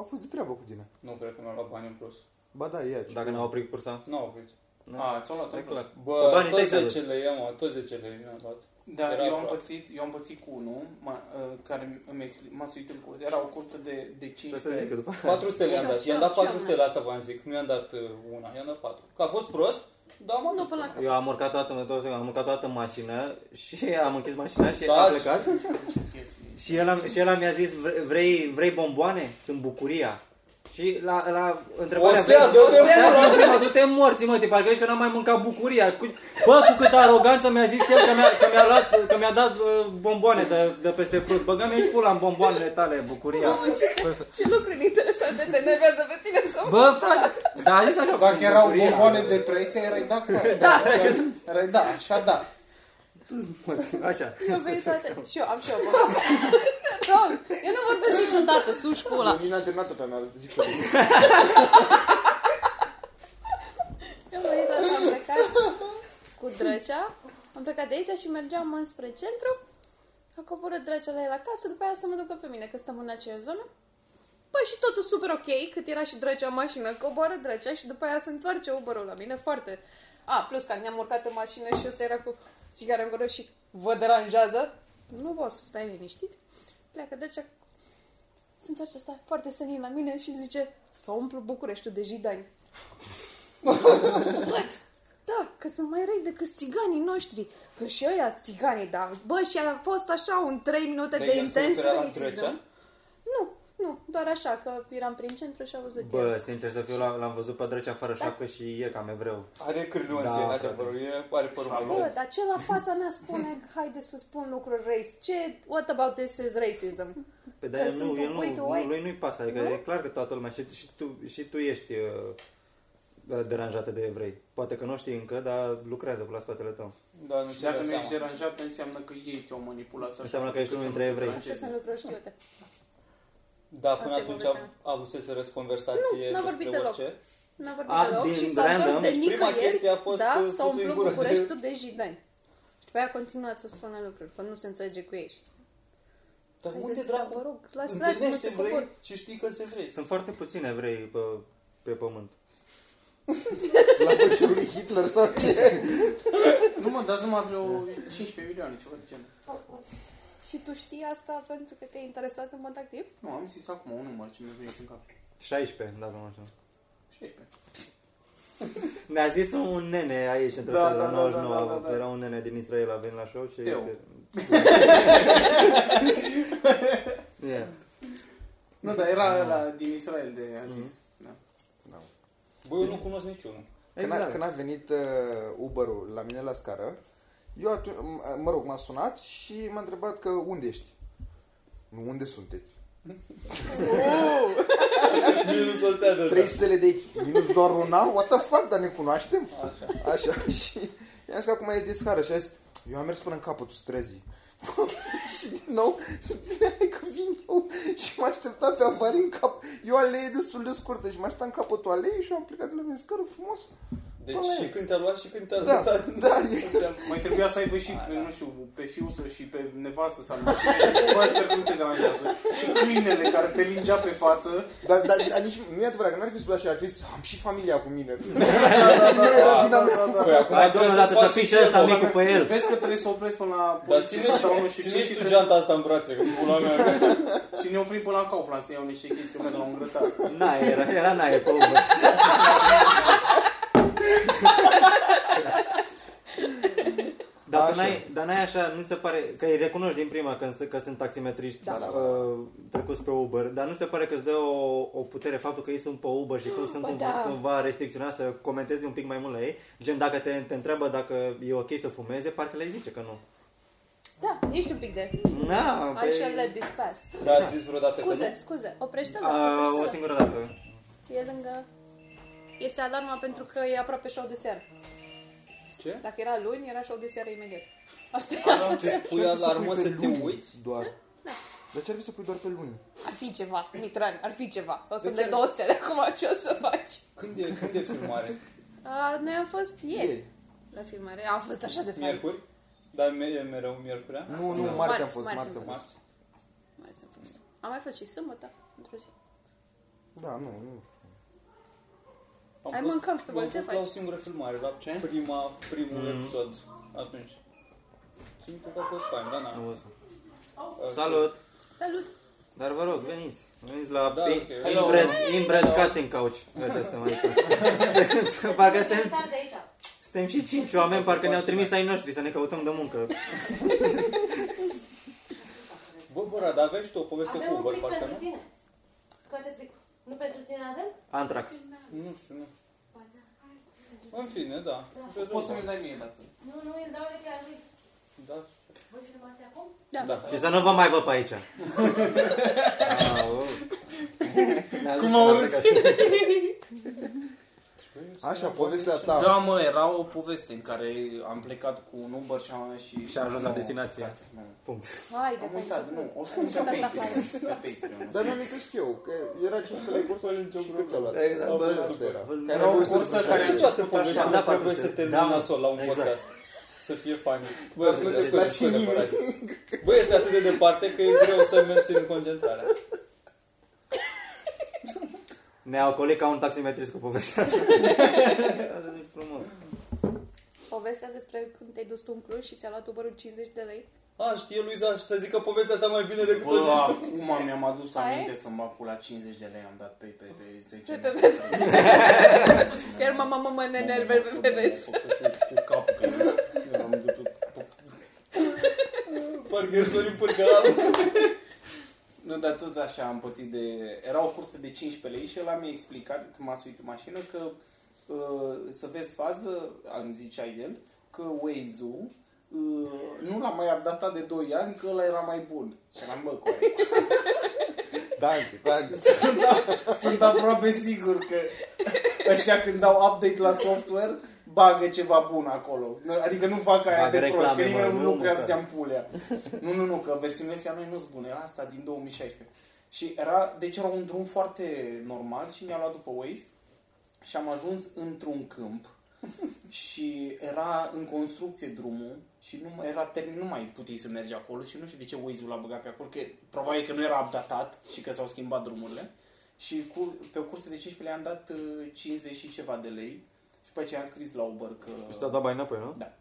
Speaker 4: A fost de treabă cu tine.
Speaker 2: Nu cred că mi-au luat bani în plus.
Speaker 4: Ba da, ia ce.
Speaker 5: Dacă n-a oprit cursa.
Speaker 2: Nu au oprit.
Speaker 5: Da.
Speaker 1: A, ți-am luat
Speaker 5: E
Speaker 1: în plus.
Speaker 5: clar. Pe
Speaker 2: Bă,
Speaker 5: banii tăi
Speaker 2: tot
Speaker 5: ți-a dus.
Speaker 2: 10 lei, ia, mă, tot 10 lei mi-au luat.
Speaker 1: Da,
Speaker 2: Era
Speaker 1: eu am
Speaker 2: aproape.
Speaker 1: pățit, eu am pățit cu unul ma, uh, care mi-a expli- m-a suit în cursă. Era o cursă de, de
Speaker 5: Să
Speaker 1: 15
Speaker 5: se zică după.
Speaker 2: 4 stele i-am
Speaker 3: Și-
Speaker 2: dat.
Speaker 3: și-
Speaker 2: I-am dat
Speaker 3: și-
Speaker 2: 4
Speaker 3: și-
Speaker 2: stele, asta v-am zic. Nu i-am dat uh, una, i-am dat 4. Că a fost prost, dar m-am
Speaker 3: Nu,
Speaker 2: dus.
Speaker 3: până la cap.
Speaker 5: Eu am urcat toată, tot- am urcat toată mașină și am închis mașina și
Speaker 2: Da,
Speaker 5: a plecat.
Speaker 1: chestii.
Speaker 5: Și el, am- și el mi-a zis, "Vre- vrei, vrei bomboane? Sunt bucuria. Și la, la întrebarea...
Speaker 2: O stea,
Speaker 5: vrei-
Speaker 2: dă-te
Speaker 5: O stea, zic, "Prima, du-te morți, mă, te parcă ești că n-am mai mâncat bucuria. Cu- Bă, cu câtă aroganță mi-a zis el că mi-a, că mi-a, luat, că mi-a dat uh, bomboane de, de peste prut. Băgam mi și pula în bomboanele tale, bucuria.
Speaker 3: Ce lucruri interesante te nervează pe tine sau?
Speaker 5: Bă, frate, dar a zis așa,
Speaker 1: Dacă
Speaker 5: "Sunt
Speaker 1: erau
Speaker 5: bucuria."
Speaker 1: bomboane de presie, erai da, frate, da, erai da, așa da.
Speaker 5: Așa.
Speaker 3: Eu vei toate. Și eu am și eu vorbesc. Te rog, eu nu vorbesc niciodată, suși pula.
Speaker 4: Lumina de nată pe mea, zic și eu.
Speaker 3: Eu am venit așa, am plecat cu drăcea. Am plecat de aici și mergeam înspre centru. A coborât drăcea la el acasă, după aia să mă ducă pe mine, că stăm în aceeași zonă. Păi și totul super ok, cât era și drăcea în mașină, coboară drăcea și după aia se întoarce uber la mine, foarte... A, plus că ne-am urcat în mașină și ăsta era cu țigara în gură și vă deranjează? Nu poți să stai liniștit. Pleacă drăcea se întoarce asta foarte senin la mine și îmi zice să umplu Bucureștiul de jidani. What? Da, că sunt mai răi decât țiganii noștri. Că și ăia țiganii, da. Bă, și a fost așa un 3 minute de,
Speaker 2: Deci el se
Speaker 3: intens
Speaker 2: referea la
Speaker 3: racism.
Speaker 2: Drăcea?
Speaker 3: Nu, nu, doar așa, că eram prin centru și a văzut
Speaker 5: Bă,
Speaker 3: el.
Speaker 5: sincer să fiu, l-am l-am văzut pe drăcea fără șapcă și e cam evreu.
Speaker 2: Are cârlionțe,
Speaker 5: Da,
Speaker 2: da,
Speaker 5: frate.
Speaker 2: adevărul, e, are părul mai
Speaker 3: Bă,
Speaker 2: gros.
Speaker 3: dar ce la fața mea spune, haide să spun lucruri race. Ce, what about this is racism?
Speaker 5: Pe
Speaker 3: Că
Speaker 5: de
Speaker 3: sunt
Speaker 5: nu,
Speaker 3: un
Speaker 5: el nu,
Speaker 3: puitul
Speaker 5: nu,
Speaker 3: white.
Speaker 5: lui nu-i pasă, adică
Speaker 3: Nu?
Speaker 5: e clar că toată lumea și, și, tu, și tu ești uh, deranjată de evrei. Poate că nu știi încă, dar lucrează pe la spatele tău.
Speaker 2: Da, nu
Speaker 1: Și
Speaker 2: știu
Speaker 1: dacă nu
Speaker 2: de
Speaker 1: ești
Speaker 2: seama.
Speaker 1: deranjat, înseamnă că ei te-au manipulat. așa
Speaker 5: Înseamnă că ești
Speaker 1: făcut
Speaker 5: unul
Speaker 1: să
Speaker 5: dintre
Speaker 1: nu te
Speaker 5: evrei.
Speaker 3: Așa
Speaker 1: deranjezi.
Speaker 3: sunt lucruri știute.
Speaker 2: Da, până
Speaker 3: Asta e
Speaker 2: atunci
Speaker 3: povestea
Speaker 2: a avusese conversație
Speaker 3: Nu, n-a vorbit
Speaker 2: despre
Speaker 3: deloc.
Speaker 2: orice.
Speaker 3: N-a vorbit
Speaker 5: A,
Speaker 3: deloc
Speaker 5: din
Speaker 3: și s-a întors
Speaker 5: random.
Speaker 3: de
Speaker 5: Deci
Speaker 2: prima
Speaker 3: nicăieri,
Speaker 2: chestie a fost,
Speaker 3: da,
Speaker 2: uh,
Speaker 3: s-a
Speaker 2: futu-i
Speaker 3: umplut
Speaker 2: în gură de-
Speaker 3: Bucureștiul de jidani. Și după aia a continuat să spună lucruri, că nu se înțelege cu ei. și
Speaker 2: Dar unde
Speaker 3: Haideți,
Speaker 2: dracu?
Speaker 3: da, vă rog, las- lați-mă
Speaker 2: Întâlnește
Speaker 3: să cobor.
Speaker 2: vrei și știi că se vrei.
Speaker 5: Sunt foarte puțini evrei pe, pe pământ.
Speaker 4: La văcerul lui Hitler sau ce?
Speaker 2: Da.
Speaker 1: Nu mă, dați numai vreo 15 milioane, ceva de genul.
Speaker 3: Și tu știi asta pentru că te-ai interesat în mod activ?
Speaker 1: Nu, am zis acum un număr ce mi-a venit în cap.
Speaker 5: 16, dacă nu știu.
Speaker 1: 16.
Speaker 5: Ne-a zis un nene aici, într-o
Speaker 2: Da,
Speaker 5: seară,
Speaker 2: da,
Speaker 5: la
Speaker 2: da,
Speaker 5: 99,
Speaker 2: da, da, da.
Speaker 5: era un nene din Israel, a venit la show și...
Speaker 1: Teo.
Speaker 5: yeah.
Speaker 1: Nu, dar era ăla din Israel de a zis. Da.
Speaker 6: Bă, eu nu cunosc niciunul.
Speaker 4: Când a,
Speaker 5: Exact.
Speaker 4: când a venit uh, Uber-ul la mine la scară, eu atunci, m- mă rog, m-a sunat și m-a întrebat că unde ești? Nu, unde sunteți?
Speaker 2: Minus o stea de
Speaker 4: Trei stele de aici, minus doar una? What the fuck, dar ne cunoaștem?
Speaker 2: Așa.
Speaker 4: Așa, și i-am zis că acum ești de scară și a zis, eu am mers până în capătul străzii. și din nou, hai că vin eu și m-a așteptat pe avarii în cap. E o alee destul de scurtă și m-a așteptat în capătul aleei și eu am plecat de la mine scară frumos.
Speaker 2: Deci
Speaker 4: Bă,
Speaker 2: și când te-a luat și când te-a
Speaker 4: Da,
Speaker 2: lăsat.
Speaker 4: da, e-
Speaker 1: Mai trebuia să aibă și, nu știu, pe fiul și pe nevastă să nu știu. Bă, sper că nu te deranjează. Și câinele care te lingea pe față.
Speaker 4: Dar, dar, dar da, nici nu e adevărat, că n-ar fi spus așa, ar fi zis, am și familia cu mine. Nu era
Speaker 2: Da,
Speaker 4: vina mea.
Speaker 6: Păi, acum
Speaker 5: Hai,
Speaker 6: trebuie
Speaker 5: domnule,
Speaker 6: să-ți
Speaker 5: dată
Speaker 6: faci
Speaker 5: să
Speaker 6: și
Speaker 5: și
Speaker 6: ceva.
Speaker 5: ăsta micul pe el.
Speaker 1: Vezi că trebuie să opresc până la
Speaker 6: Dar
Speaker 1: poliție
Speaker 6: ține
Speaker 1: să dau nu
Speaker 6: și,
Speaker 1: știu
Speaker 6: ține
Speaker 1: ce
Speaker 6: și
Speaker 1: și
Speaker 6: tu
Speaker 1: trebuie să...
Speaker 6: geanta asta în brațe, că pula mea.
Speaker 1: Și ne oprim până la Kaufland să iau niște chestii că merg la un grătar.
Speaker 5: Na, era, era naie pe Uber. Dar tu
Speaker 4: Așa.
Speaker 5: n-ai, dar n-ai așa, nu se pare, că îi recunoști din prima când, s- că sunt taximetriști
Speaker 4: Da, da, da.
Speaker 5: uh, trecuți pe Uber, dar nu se pare că îți dă o, o putere faptul că ei sunt pe Uber și că sunt
Speaker 3: Bă,
Speaker 5: cumva,
Speaker 3: da.
Speaker 5: cumva restricționați să comentezi un pic mai mult la ei. Gen, dacă te, te întreabă dacă e ok să fumeze, parcă le zice că nu.
Speaker 3: Da, ești un pic de...
Speaker 5: Na,
Speaker 3: I shall let this pass.
Speaker 2: Da, ați zis vreodată că
Speaker 3: Scuze,
Speaker 2: Păi- nu?
Speaker 3: scuze, oprește-l,
Speaker 5: a, o
Speaker 3: oprește-l.
Speaker 5: singură dată.
Speaker 3: E lângă... Este alarma pentru că e aproape show de seară.
Speaker 6: Ce?
Speaker 3: Dacă era luni, era show de seară imediat. Asta e asta.
Speaker 2: Tu pui
Speaker 4: Ce ar fi
Speaker 2: alarmă
Speaker 4: pui
Speaker 2: să
Speaker 4: pe
Speaker 2: te
Speaker 4: luni
Speaker 2: uiți?
Speaker 4: Doar. Dar ce ar fi să pui doar pe luni?
Speaker 3: Ar fi ceva, Mitran, ar fi ceva. O să-mi dai două stele acum, ce o să faci?
Speaker 2: Când e, când e filmare?
Speaker 3: A, noi am fost ieri
Speaker 4: Ieri.
Speaker 3: la filmare. Am fost așa de fain.
Speaker 6: Miercuri?
Speaker 2: Da,
Speaker 6: Dar me- e mereu miercurea?
Speaker 4: Nu, nu,
Speaker 3: Nu.
Speaker 4: Da. marți am
Speaker 3: Marți,
Speaker 4: fost,
Speaker 3: marți
Speaker 4: marți am
Speaker 3: am
Speaker 4: fost.
Speaker 3: fost. Marți am fost. Am mai fost și sâmbătă, într-o zi.
Speaker 4: Da, nu, nu.
Speaker 2: Am
Speaker 3: I'm
Speaker 2: fost-
Speaker 3: uncomfortable,
Speaker 2: am
Speaker 3: ce
Speaker 2: fost la o
Speaker 3: faci?
Speaker 2: singură filmare, la
Speaker 1: Ce?
Speaker 2: prima, primul episod atunci. Simt că a fost fain, da, na.
Speaker 5: Am văzut.
Speaker 2: Uh,
Speaker 5: Salut!
Speaker 3: Salut!
Speaker 5: Dar vă rog, veniți. Veniți la
Speaker 2: Da,
Speaker 5: da,
Speaker 2: ok.
Speaker 5: Inbred, Inbred Casting Couch. Uite, suntem aici. parcă suntem,
Speaker 7: de aici.
Speaker 5: suntem și cinci oameni, parcă ne-au trimis ai noștri să ne căutăm de muncă.
Speaker 2: Bă, Bora, dar aveai și tu o poveste
Speaker 7: Avem
Speaker 2: cu
Speaker 7: un
Speaker 2: Uber,
Speaker 7: plic
Speaker 2: parcă
Speaker 7: pentru
Speaker 2: nu?
Speaker 7: tine. Scoate plicul. Nu pentru tine avem?
Speaker 5: Antrax.
Speaker 2: Nu știu, nu știu.
Speaker 7: Ba da.
Speaker 2: În fine, da.
Speaker 1: Poți să mi dai mie dacă...
Speaker 7: Nu, nu, îl dau de chiar lui.
Speaker 2: Da.
Speaker 7: Voi filmați acum?
Speaker 3: Da.
Speaker 2: Da.
Speaker 5: Și să nu vă mai vă pe aici. Aoleu. Ne-a zis că n-a plecat și-
Speaker 4: Așa, povestea ta.
Speaker 1: Da, mă, era o poveste în care am plecat cu un Uber și am și...
Speaker 5: Și a ajuns la
Speaker 1: Nu,
Speaker 5: destinație.
Speaker 1: frate, nu.
Speaker 5: Punct.
Speaker 3: Hai de
Speaker 1: Am
Speaker 3: fain.
Speaker 1: uitat, nu, o spun pe
Speaker 3: Am uitat
Speaker 1: Patreon. Pe Patreon.
Speaker 4: Dar mi-am amintesc eu, că era 15 lei cursa și cât ți-a luat?
Speaker 5: Exact, bă,
Speaker 4: Asta era.
Speaker 1: Era o cursă
Speaker 4: Așa.
Speaker 1: care...
Speaker 4: Ce
Speaker 2: Niciodată povestea
Speaker 5: am
Speaker 2: nu
Speaker 5: dat
Speaker 2: trebuie
Speaker 5: 400.
Speaker 2: să termine
Speaker 5: Da, mă.
Speaker 2: nasol la un
Speaker 5: Exact.
Speaker 2: podcast. Să fie funny. Bă, ascultă-ți
Speaker 4: exact.
Speaker 2: pe scoate aparatul. Bă, ești atât de departe că e greu să mențin concentrarea.
Speaker 5: Ne-au colit ca un taximetrist cu povestea asta. Asta e frumos.
Speaker 3: Povestea despre când te-ai dus tu în Cluj și ți-a luat Uber-ul 50 de lei.
Speaker 2: A, știe Luiza să zică povestea ta mai bine decât o
Speaker 1: Bă,
Speaker 2: zici.
Speaker 1: acum mi-am adus
Speaker 3: Hai.
Speaker 1: aminte să mă acu la 50 de lei, am dat pe, pe, pe 10.
Speaker 3: Pe- pe- Iar mama, mama, ne nerve, pe vezi.
Speaker 1: Cu capul, că eu eram gâtul.
Speaker 2: Parcă e Sorin Pârcălaru.
Speaker 1: Nu, dar tot așa am pățit de... Era o cursă de 15 lei și el mi-a explicat, când m-a suit în mașină, că uh, să vezi fază, am zicea el, că Waze-ul uh, nu l-a mai updatat de 2 ani, că ăla era mai bun. Și eram, bă, corect.
Speaker 4: Dante, Dante.
Speaker 1: Sunt aproape sigur că ăștia când dau update la software bagă ceva bun acolo. Adică nu fac aia de
Speaker 5: Bagă
Speaker 1: proști, că
Speaker 5: reclame,
Speaker 1: nimeni
Speaker 5: mă,
Speaker 1: nu
Speaker 5: nu,
Speaker 1: lucrează
Speaker 5: măcar.
Speaker 1: în pulea. Nu, nu, nu, că versiunile astea noi nu sunt bune. Asta din 2016. Și era, deci era un drum foarte normal și mi-a luat după Waze și am ajuns într-un câmp și era în construcție drumul și nu mai, era termin, nu mai puteai să mergi acolo și nu știu de ce Waze-ul l-a băgat pe acolo, că probabil că nu era updatat și că s-au schimbat drumurile. Și cu, pe o cursă de 15 le-am dat uh, 50 și ceva de lei și după aceea am scris la Uber că...
Speaker 5: Și s-a dat bani înapoi, nu?
Speaker 1: Da.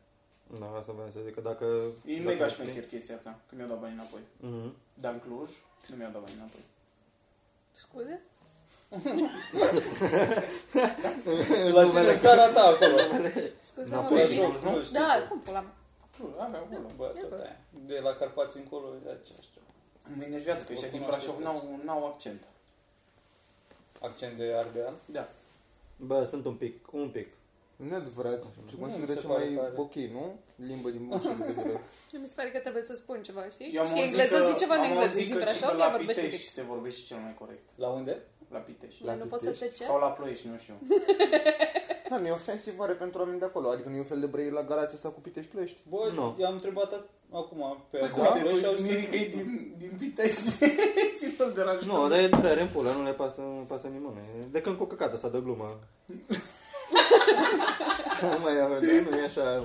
Speaker 5: Da, asta vreau să zic, că dacă...
Speaker 1: E
Speaker 5: dacă
Speaker 1: mega
Speaker 5: nu
Speaker 1: șmecher chestia asta, că mi-au dat bani înapoi.
Speaker 5: Mhm.
Speaker 1: Dar în Cluj nu mi-au dat bani înapoi.
Speaker 3: Scuze?
Speaker 5: La
Speaker 2: În
Speaker 5: numele
Speaker 2: țara ta acolo.
Speaker 3: Scuze, mă,
Speaker 5: Înapoi.
Speaker 2: La
Speaker 3: bine?
Speaker 2: Cluj, nu știu.
Speaker 3: Da, cum pula mea?
Speaker 1: Nu, avea acolo.
Speaker 2: Bă, tot aia. De la Carpați încolo, de aceeași treabă.
Speaker 1: Mă enervează că ăștia din Brașov n-au, n-au accent.
Speaker 2: Accent de Ardeal.
Speaker 1: Da.
Speaker 5: Bă, sunt un pic, un pic.
Speaker 4: Neadevărat. Se
Speaker 2: mi
Speaker 4: consideră
Speaker 2: se
Speaker 4: cea
Speaker 2: pare
Speaker 4: mai
Speaker 2: tare.
Speaker 4: ok, nu? Limba din Brașov. de vedere.
Speaker 3: Mi se pare că trebuie să spun ceva, știi?
Speaker 1: Eu am
Speaker 3: Știi
Speaker 1: auzit
Speaker 3: engleză,
Speaker 1: că-
Speaker 3: zici ceva în
Speaker 1: am
Speaker 3: engleză
Speaker 1: auzit
Speaker 3: și
Speaker 1: că
Speaker 3: Brașov,
Speaker 1: cică
Speaker 3: ea
Speaker 1: la
Speaker 3: vorbește
Speaker 1: Pitești
Speaker 3: pic.
Speaker 1: se vorbește cel mai corect.
Speaker 2: La unde?
Speaker 1: La Pitești.
Speaker 3: Nu poți să te
Speaker 5: Pitești.
Speaker 3: ceri?
Speaker 1: Sau la Ploiești, nu știu.
Speaker 4: Da, nu e ofensiv oare pentru oamenii de acolo. Adică nu e un fel de brăi la garația asta cu pitești plești.
Speaker 2: Bă,
Speaker 5: Nu. da.
Speaker 2: i-am întrebat at- acum pe
Speaker 1: Păi
Speaker 2: Ardeal
Speaker 1: cum te
Speaker 2: și au
Speaker 1: pui
Speaker 2: zis
Speaker 1: Miri că e din, din Pitești și nu-l deranjează.
Speaker 5: Nu, dar e durere în pula, nu le pasă, nu pasă nimănui. De când cu căcata asta de glumă.
Speaker 4: Să mai arăt, nu e așa...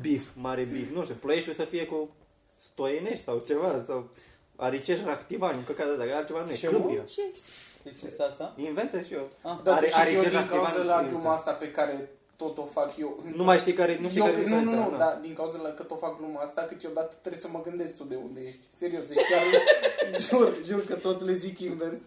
Speaker 5: Bif, mare bif, nu știu, ploieștiul să fie cu stoienești sau ceva, sau aricești ractivani, căcata asta, că altceva nu e,
Speaker 2: Ce,
Speaker 5: câmpia.
Speaker 3: Ce ești?
Speaker 2: Există asta?
Speaker 5: Inventă și eu.
Speaker 1: Dar
Speaker 5: Are-
Speaker 1: tu
Speaker 5: are
Speaker 1: știi că eu
Speaker 5: cel
Speaker 1: din
Speaker 5: activat
Speaker 1: cauza
Speaker 5: în
Speaker 1: la
Speaker 5: Insta.
Speaker 1: gluma asta pe care tot o fac eu.
Speaker 5: Nu mai știi care, nu știi
Speaker 1: eu,
Speaker 5: care e
Speaker 1: nu, nu,
Speaker 5: diferența,
Speaker 1: nu,
Speaker 5: da.
Speaker 1: dar din cauza la că tot fac gluma asta, câteodată trebuie să mă gândesc tu de unde ești. Serios, deci chiar jur, jur că tot le zic invers.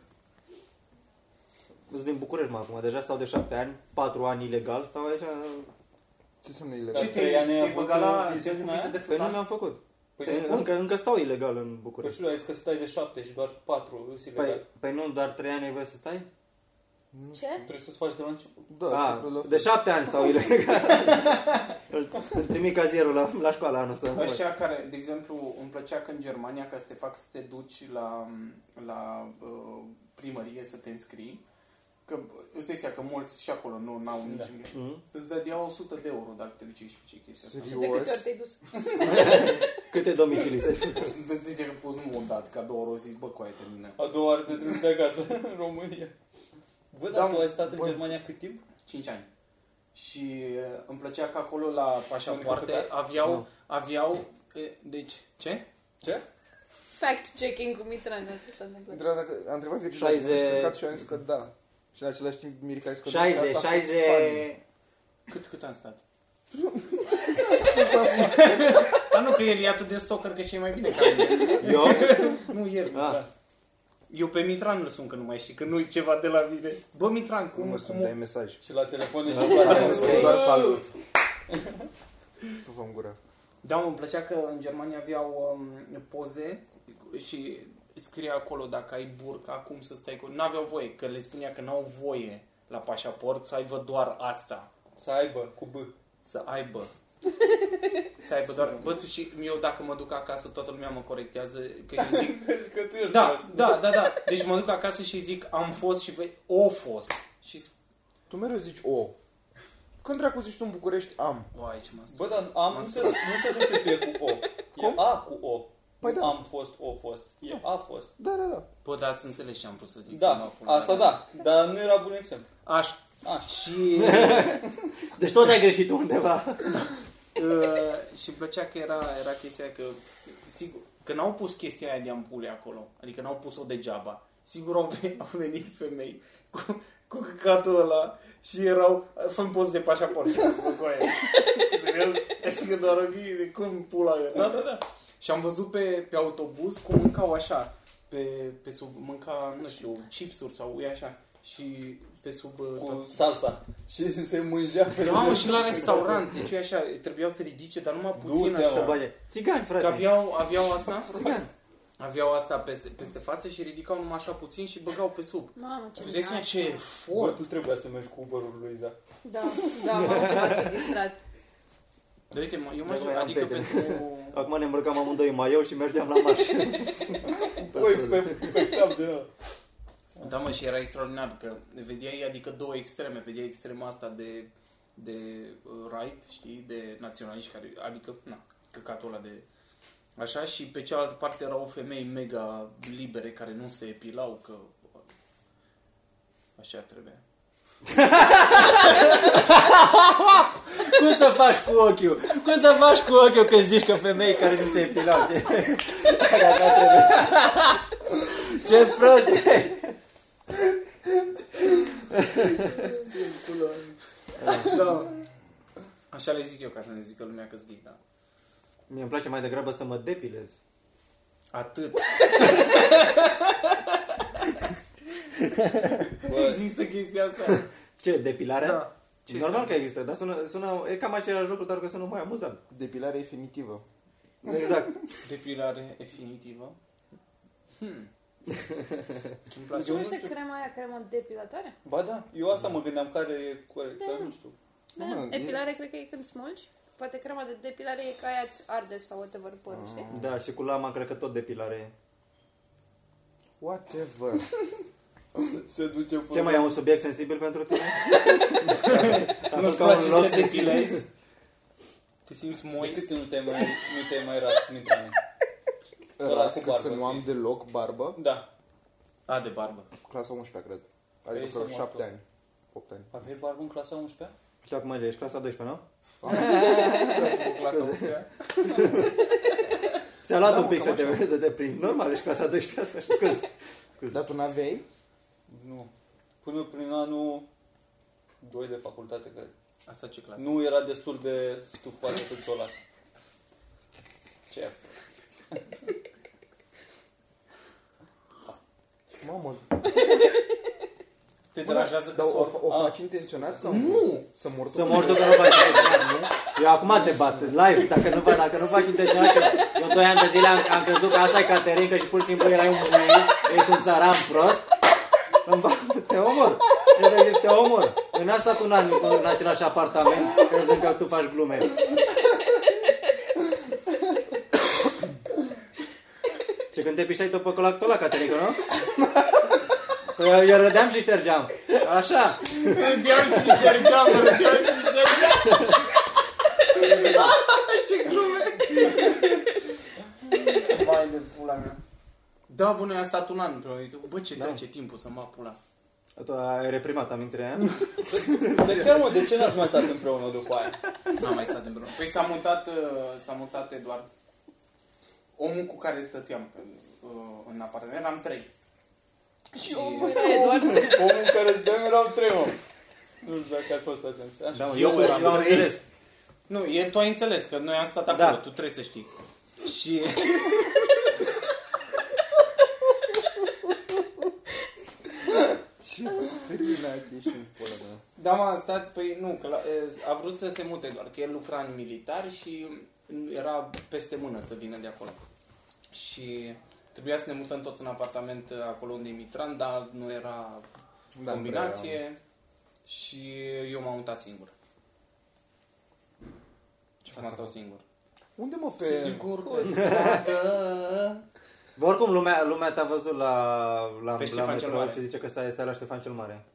Speaker 5: Sunt din București, mă, acum, deja stau de șapte ani, patru ani ilegal, stau aici,
Speaker 4: Ce înseamnă
Speaker 1: Ce
Speaker 4: ilegal?
Speaker 2: Dar
Speaker 1: te,
Speaker 2: trei ani ai
Speaker 1: te
Speaker 2: avut,
Speaker 1: băga la
Speaker 2: uh, vize
Speaker 1: ți-ai
Speaker 2: din
Speaker 1: avut vize de
Speaker 2: aia?
Speaker 5: că nu
Speaker 1: făcut?
Speaker 5: mi-am făcut.
Speaker 1: Ți-ai
Speaker 5: Păi,
Speaker 1: Da. făcut?
Speaker 5: încă, încă stau ilegal în
Speaker 2: Păi
Speaker 5: București.
Speaker 2: știu, ai zis că stai de șapte și doar patru sunt
Speaker 5: Păi,
Speaker 2: ilegal.
Speaker 5: păi nu, dar trei ani ai voie să stai?
Speaker 3: Ce?
Speaker 2: Trebuie să-ți faci de la început.
Speaker 4: Da,
Speaker 5: A,
Speaker 4: și cred la
Speaker 5: Ah, de
Speaker 4: fel.
Speaker 5: șapte ani stau ilegal. îl, îl trimit cazierul la, la școală anul ăsta.
Speaker 1: Ăștia care, de exemplu, îmi plăcea că în Germania, ca să te fac să te duci la, la uh, primărie să te înscrii, că îți dai seama că mulți și acolo nu au
Speaker 2: Da.
Speaker 1: niciun...
Speaker 5: Mm?
Speaker 1: Îți dădea 100 de euro dacă te duceai și făceai chestia asta.
Speaker 3: Și de câte ori
Speaker 4: Serios?
Speaker 3: te-ai dus?
Speaker 5: Câte domicilii ți-ai făcut?
Speaker 1: Îți zice că poți nu o dat, ca două ori o zici, bă, cu aia termină.
Speaker 2: A doua oară te trimiți de acasă în România. Bă, dar
Speaker 1: Da,
Speaker 2: tu ai stat în
Speaker 4: bă.
Speaker 2: Germania cât timp?
Speaker 1: 5 ani. Și uh, îmi plăcea că acolo la pașapoarte
Speaker 2: Mâncare.
Speaker 1: aveau, aveau, e, deci, ce?
Speaker 2: Ce?
Speaker 3: Fact-checking cu Mitran, asta s-a întâmplat.
Speaker 4: Întreba dacă- A întrebat Virgil
Speaker 5: 60.
Speaker 4: dacă ești căcat și eu am zis că da. Și în același timp Mirica a zis că da.
Speaker 5: 60, 60...
Speaker 1: Cât, cât am stat?
Speaker 4: Funny.
Speaker 1: Dar nu că el e atât de stalker că și e mai bine ca mine.
Speaker 5: Eu?
Speaker 1: Nu, el.
Speaker 5: Ah,
Speaker 4: Da.
Speaker 1: Eu pe Mitran îl sun că nu mai știi, că nu e ceva de la mine. Bă, Mitran,
Speaker 4: Cum
Speaker 1: cum,
Speaker 4: mă
Speaker 1: cum
Speaker 4: sunt, dai mesaj.
Speaker 2: Și la telefon ești
Speaker 5: Da.
Speaker 4: Am
Speaker 2: la
Speaker 4: zis că doar salut. Tu vă gură.
Speaker 1: Da, mă, îmi plăcea că în Germania aveau um, poze și scrie acolo dacă ai burca, cum să stai cu... N-aveau voie, că le spunea că n-au voie la pașaport să aibă doar asta.
Speaker 2: Să aibă, cu B.
Speaker 1: Să aibă. Să aibă doar... Bă, tu și eu dacă mă duc acasă, toată lumea mă corectează că eu zic...
Speaker 2: Zici că tu ești
Speaker 1: Da,
Speaker 2: prost.
Speaker 1: da, da, da. Deci mă duc acasă și zic am fost și voi... O fost. Și... sp-
Speaker 4: Tu mereu zici o. Când dracu zici tu în București am?
Speaker 1: Uai, ce mă
Speaker 2: Bă, dar am, nu se, nu se substituie cu O.
Speaker 4: Cum?
Speaker 2: E A cu O.
Speaker 4: Păi
Speaker 2: nu
Speaker 4: da.
Speaker 2: am fost, O fost. E A fost.
Speaker 4: Da, da, da.
Speaker 1: Bă, dar ați înțeles ce am vrut să zic. să mă
Speaker 2: Da,
Speaker 1: pun
Speaker 2: asta
Speaker 1: la-
Speaker 2: da. Dar nu era bun exemplu.
Speaker 1: Aș.
Speaker 2: Aș.
Speaker 1: Și,
Speaker 5: Deci tot ai greșit undeva.
Speaker 4: Da.
Speaker 1: uh, și îmi plăcea că era, era chestia că, sigur, că n-au pus chestia aia de ampule acolo. Adică n-au pus-o degeaba. Sigur au, ve- au venit femei cu, cu căcatul ăla și erau, fă poze de pașaport. Și am făcut cu aia. Serios? Așa că doar ochii de cum pula e. Da, da, da. Și am văzut pe, pe autobuz cum mâncau așa, pe, pe sub, mânca, nu știu, chipsuri sau e așa. Și pe sub... uh, tot-
Speaker 2: Cu salsa. Și se mângea pe
Speaker 1: Da, mă, și la restaurant, deci eu așa, trebuiau să ridice, dar numai puțin
Speaker 2: Du-te,
Speaker 1: așa.
Speaker 5: Să bage. Țigani,
Speaker 1: Că
Speaker 5: frate.
Speaker 1: aveau, aveau asta,
Speaker 5: Țigani.
Speaker 1: aveau asta peste, peste față și ridicau numai așa puțin și băgau pe sub.
Speaker 3: Mamă, ce
Speaker 1: Tu zici
Speaker 3: nașpa.
Speaker 1: ce
Speaker 2: Bă,
Speaker 1: efort!
Speaker 2: tu trebuia să mergi cu Uber-ul lui Luiza.
Speaker 3: Da, da, mamă, ce m-ați fi distrat.
Speaker 1: Da, uite, mă, eu mă
Speaker 5: Dacă
Speaker 1: jur,
Speaker 5: mai am
Speaker 1: adică
Speaker 5: prieteni.
Speaker 1: pentru...
Speaker 5: Acum ne îmbrăcam amândoi în maieu și mergeam la marș.
Speaker 2: Păi, pe, pe cap de ăla.
Speaker 1: Da, mă, și era extraordinar că vedeai, adică două extreme, vedeai extrema asta de, de uh, right, știi, de naționaliști, care, adică, na, căcatul ăla de... Așa, și pe cealaltă parte erau femei mega libere care nu se epilau, că uh, așa trebuie.
Speaker 5: Cum să faci cu ochiul? Cum să faci cu ochiul când zici că femei care nu se epilau? știi? Dacă așa trebuie. Ce prost e!
Speaker 1: Da. Așa le zic eu ca să ne zică lumea că-s gay, da.
Speaker 5: Mie îmi place mai degrabă să mă depilez.
Speaker 1: Atât. Există chestia asta.
Speaker 5: Ce, depilarea?
Speaker 1: Da.
Speaker 5: Ce Normal că există, dar sună, sună, e cam același lucru, doar că sună mai amuzant.
Speaker 4: Depilare definitivă.
Speaker 5: Exact.
Speaker 1: Depilare definitivă. Hmm. Îmi
Speaker 3: Nu
Speaker 1: place.
Speaker 3: știu,
Speaker 1: mult.
Speaker 3: este crema aia, cremă depilatoare?
Speaker 2: Ba da, eu asta mă gândeam care e corect, dar nu știu.
Speaker 3: Da,
Speaker 4: Mamă,
Speaker 3: depilare cred că e când smulgi. Poate crema de depilare e ca aia îți arde sau whatever părul, știi?
Speaker 1: Ah,
Speaker 5: Da, și cu lama cred că tot depilare e.
Speaker 4: Whatever.
Speaker 2: Se duce până...
Speaker 5: Ce
Speaker 1: da.
Speaker 5: mai e un subiect sensibil pentru tine? A
Speaker 1: Nu-ți
Speaker 5: fost ca un
Speaker 1: place
Speaker 5: loc
Speaker 1: să te
Speaker 5: sensibil.
Speaker 1: depilezi? Te simți
Speaker 2: De
Speaker 1: moist?
Speaker 2: câte nu te-ai mai, nu te-ai mai ras, Mitrane? Ăla
Speaker 4: Ras
Speaker 2: cu
Speaker 4: cât să
Speaker 2: barbă,
Speaker 4: nu am deloc barbă.
Speaker 2: Da.
Speaker 1: A, de barbă.
Speaker 4: Clasa 11, cred.
Speaker 2: Ei,
Speaker 4: Adică vreo
Speaker 2: Păi, sunt
Speaker 4: 7
Speaker 2: moartă.
Speaker 4: ani. 8 ani.
Speaker 2: Aveai barbă în clasa 11
Speaker 5: Și acum ești clasa 12, nu? Ți-a luat
Speaker 4: Da,
Speaker 5: un pic
Speaker 4: mă,
Speaker 5: să
Speaker 4: cam
Speaker 5: te, să te prinzi. Normal, ești clasa 12. Scuze.
Speaker 4: Dar tu n-aveai?
Speaker 2: Nu. Până prin anul 2 de facultate, cred.
Speaker 1: Asta ce clasă?
Speaker 2: Nu era destul de stupat cât să o las. Ce?
Speaker 4: Mamă,
Speaker 1: Te
Speaker 4: bă, dar,
Speaker 1: deranjează că
Speaker 4: dar o,
Speaker 1: sor.
Speaker 4: o
Speaker 2: Ah.
Speaker 4: faci intenționat sau nu? Să mor
Speaker 5: Să mor tot că nu faci intenționat, nu? Eu acum te bat, live, dacă nu, fac, dacă nu faci intenționat și eu- eu 2 ani de zile am, am crezut că asta e Caterinca și pur și simplu erai un mâine, ești un țaran prost, îmi bag- te omor, efectiv te omor. Eu n-am stat un an în, în același apartament crezând că tu faci glume. Și când te pișai tot pe colactul ăla, Caterinca, nu? Că eu, eu râdeam și ștergeam. Așa.
Speaker 1: Râdeam și mergeam, râdeam și mergeam. Ce glume! Vai de pula mea. Da, bă, noi am stat un an împreună. Uite, Bă, ce
Speaker 5: Da.
Speaker 1: trece timpul să mă ap pula.
Speaker 5: Tu ai reprimat eh? amintirea aia?
Speaker 2: De chiar mă, de ce n-ați mai stat împreună după aia?
Speaker 1: N-am mai stat împreună. Păi s-a mutat, uh, s-a mutat Eduard. Omul cu care stăteam că, uh, în apartament, eram trei. Și omul
Speaker 3: E doar
Speaker 2: Omul care îți dăm erau trei, mă. Nu știu dacă ați fost atenți. Așa.
Speaker 5: Da, mă, eu, eu, eu am înțeles.
Speaker 1: Nu, el tu ai înțeles că noi am stat acolo,
Speaker 5: Da.
Speaker 1: tu trebuie să știi. Și
Speaker 4: Ce terminat ești în pula mea.
Speaker 1: da, mă, am stat, păi nu, că la, e, a vrut să se mute doar, că el lucra în militar și era peste mână să vină de acolo. Și trebuia să ne mutăm toți în apartament acolo unde e Mitran, dar nu era
Speaker 4: Da,
Speaker 1: combinație și eu m-am mutat singur. Și acum stau singur.
Speaker 4: da. Unde mă pe...
Speaker 1: Singur pe stradă.
Speaker 5: Bă, oricum, lumea, lumea te-a văzut la, la,
Speaker 1: Pe
Speaker 5: la
Speaker 1: Ștefan cel
Speaker 5: metro
Speaker 1: Mare.
Speaker 5: și zice că stai stai la Ștefan cel Mare.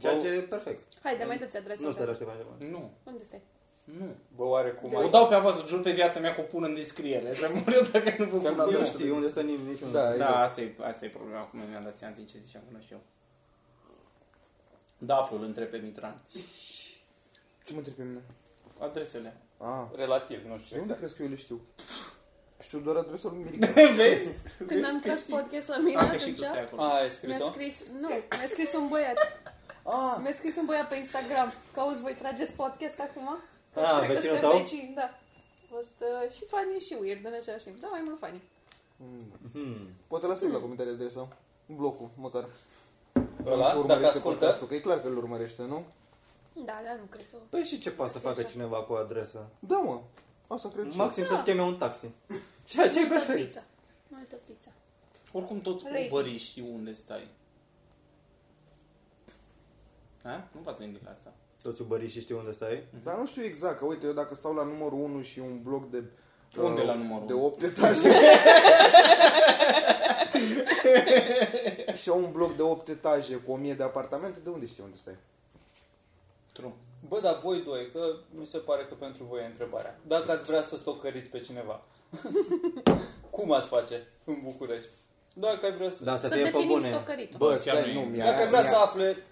Speaker 5: Ceea
Speaker 2: Bă,
Speaker 5: ce e perfect.
Speaker 3: Haide, mai dă-ți adresa.
Speaker 5: Nu stai la Ștefan cel Mare.
Speaker 1: Nu,
Speaker 3: Unde stai?
Speaker 1: nu.
Speaker 2: Bă, oarecum
Speaker 1: O dau pe avaz, jur pe viața mea că o pun în descriere. Să mor eu dacă nu vă pun la
Speaker 5: Eu nu
Speaker 1: drum.
Speaker 5: știu unde stă nimeni niciunul.
Speaker 4: Da,
Speaker 1: Da,
Speaker 4: exact.
Speaker 1: asta e, asta e problema. Acum mi-am dat seama din ce ziceam, că nu știu. Da, îl întreb pe Mitran.
Speaker 4: Ce mă întrebi pe mine?
Speaker 1: Adresele.
Speaker 4: Ah,
Speaker 2: Relativ, nu știu
Speaker 4: de unde
Speaker 2: exact.
Speaker 4: crezi că eu le știu? Știu doar adresa lui Mirica.
Speaker 1: Vezi?
Speaker 3: Când am tras podcast la mine,
Speaker 1: A, că și
Speaker 3: atunci
Speaker 1: tu stai acolo.
Speaker 2: A, ai
Speaker 3: mi-a
Speaker 2: scris-o?
Speaker 3: scris, nu, mi-a scris un băiat.
Speaker 2: Ah,
Speaker 3: Mi-a scris un băiat pe Instagram. Că auzi, voi trageți podcast acum?
Speaker 5: Ah,
Speaker 3: Cred că
Speaker 5: vecinul
Speaker 3: suntem
Speaker 5: tău?
Speaker 3: Vecini, da. A fost uh, și funny și weird în același timp. Da, mai mult funny.
Speaker 4: Mm.
Speaker 5: Hmm.
Speaker 4: Poate lăsăm la comentarii adresa. Blocul, măcar. Ce
Speaker 2: ăla, dacă
Speaker 4: urmărește
Speaker 2: ascultă,
Speaker 4: podcastul, că e clar că îl urmărește, nu?
Speaker 3: Da, da, nu cred că...
Speaker 5: Păi și ce poate să facă cineva cu o adresă?
Speaker 4: Da, mă. Asta cred și eu.
Speaker 5: Maxim să-ți cheme un taxi. Ceea ce e
Speaker 3: Multă
Speaker 5: perfect.
Speaker 3: pizza. Multă pizza.
Speaker 1: Oricum toți
Speaker 3: Rape.
Speaker 1: ubării știu unde stai. Ha? Nu v-ați gândit la asta.
Speaker 5: Toți ubării și știu unde stai.
Speaker 4: Dar nu știu exact, că uite, eu dacă stau la numărul 1 și un bloc de...
Speaker 1: Unde
Speaker 4: uh,
Speaker 1: la numărul
Speaker 4: De
Speaker 1: unu?
Speaker 4: 8 etaje. și au un bloc de 8 etaje cu 1000 de apartamente, de unde știi unde stai?
Speaker 1: True.
Speaker 2: Bă, dar voi doi, că mi se pare că pentru voi e întrebarea. Dacă ați vrea să stocăriți pe cineva, cum ați face în București? Dacă ai vrea să...
Speaker 4: Da,
Speaker 5: Dar să
Speaker 3: Să
Speaker 5: fie pe
Speaker 3: definiți
Speaker 5: bune.
Speaker 3: tocăritul.
Speaker 1: Bă, chiar
Speaker 4: stai,
Speaker 1: nu
Speaker 4: nu,
Speaker 1: e.
Speaker 4: mi-a,
Speaker 2: Dacă ai vrea
Speaker 4: mi-a-
Speaker 2: să afle...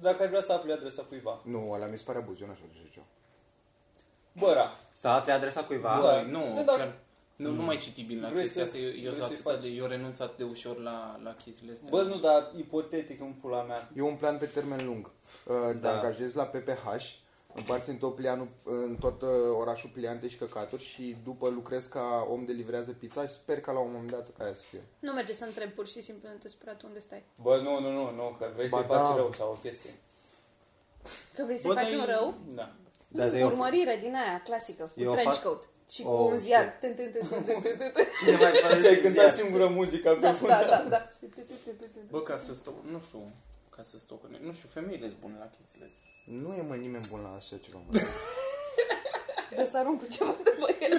Speaker 2: Dacă ai vrea să afle adresa cuiva.
Speaker 4: Nu, ăla mi se pare abuz, eu n-aș face așa ceva.
Speaker 2: Băra.
Speaker 5: Să afli adresa cuiva.
Speaker 2: Bă,
Speaker 1: Bă,
Speaker 2: da.
Speaker 1: nu,
Speaker 2: Da, da.
Speaker 1: chiar, nu, nu mai citi bine la
Speaker 2: Vrei
Speaker 1: chestia
Speaker 2: să-
Speaker 1: asta. Eu, eu,
Speaker 2: vrei
Speaker 1: sunt
Speaker 2: să-i
Speaker 1: atât
Speaker 2: faci.
Speaker 1: de, eu renunț atât de ușor la, la chestiile astea.
Speaker 2: Bă, nu, dar ipotetic în pula mea.
Speaker 4: E un plan pe termen lung. Uh, Te
Speaker 5: Da.
Speaker 4: angajezi la PPH, împarți în tot, plianul, în tot uh, orașul pliante și căcaturi și după lucrezi ca om de livrează pizza și sper ca la un moment dat aia să fie.
Speaker 3: Nu merge să întreb pur și simplu, nu te spera tu unde stai.
Speaker 2: Bă, nu, nu, nu, nu, că vrei
Speaker 4: Ba
Speaker 2: să-i
Speaker 4: da.
Speaker 2: faci rău sau o chestie.
Speaker 3: Că vrei să-i
Speaker 1: Bă,
Speaker 3: faci
Speaker 1: dar
Speaker 3: un
Speaker 1: e-
Speaker 3: rău?
Speaker 2: Da.
Speaker 5: Da,
Speaker 3: Nu,
Speaker 5: eu-
Speaker 3: urmărire din aia clasică, cu
Speaker 5: Eu
Speaker 3: trench
Speaker 5: fac-
Speaker 3: coat și cu
Speaker 5: Oh,
Speaker 3: un ziar. Tân, tân, tân, tân, tân, tân, tân.
Speaker 5: Cine mai
Speaker 2: Și ți-ai cântat singură muzica pe
Speaker 3: Da,
Speaker 2: fund.
Speaker 3: da, da, da.
Speaker 1: Bă, ca să stoc, nu știu, ca să stoc, nu știu, femeile sunt bune la chestiile astea.
Speaker 4: Nu e mai nimeni bun la așa ceva. mă.
Speaker 3: De să arunc cu ceva după el.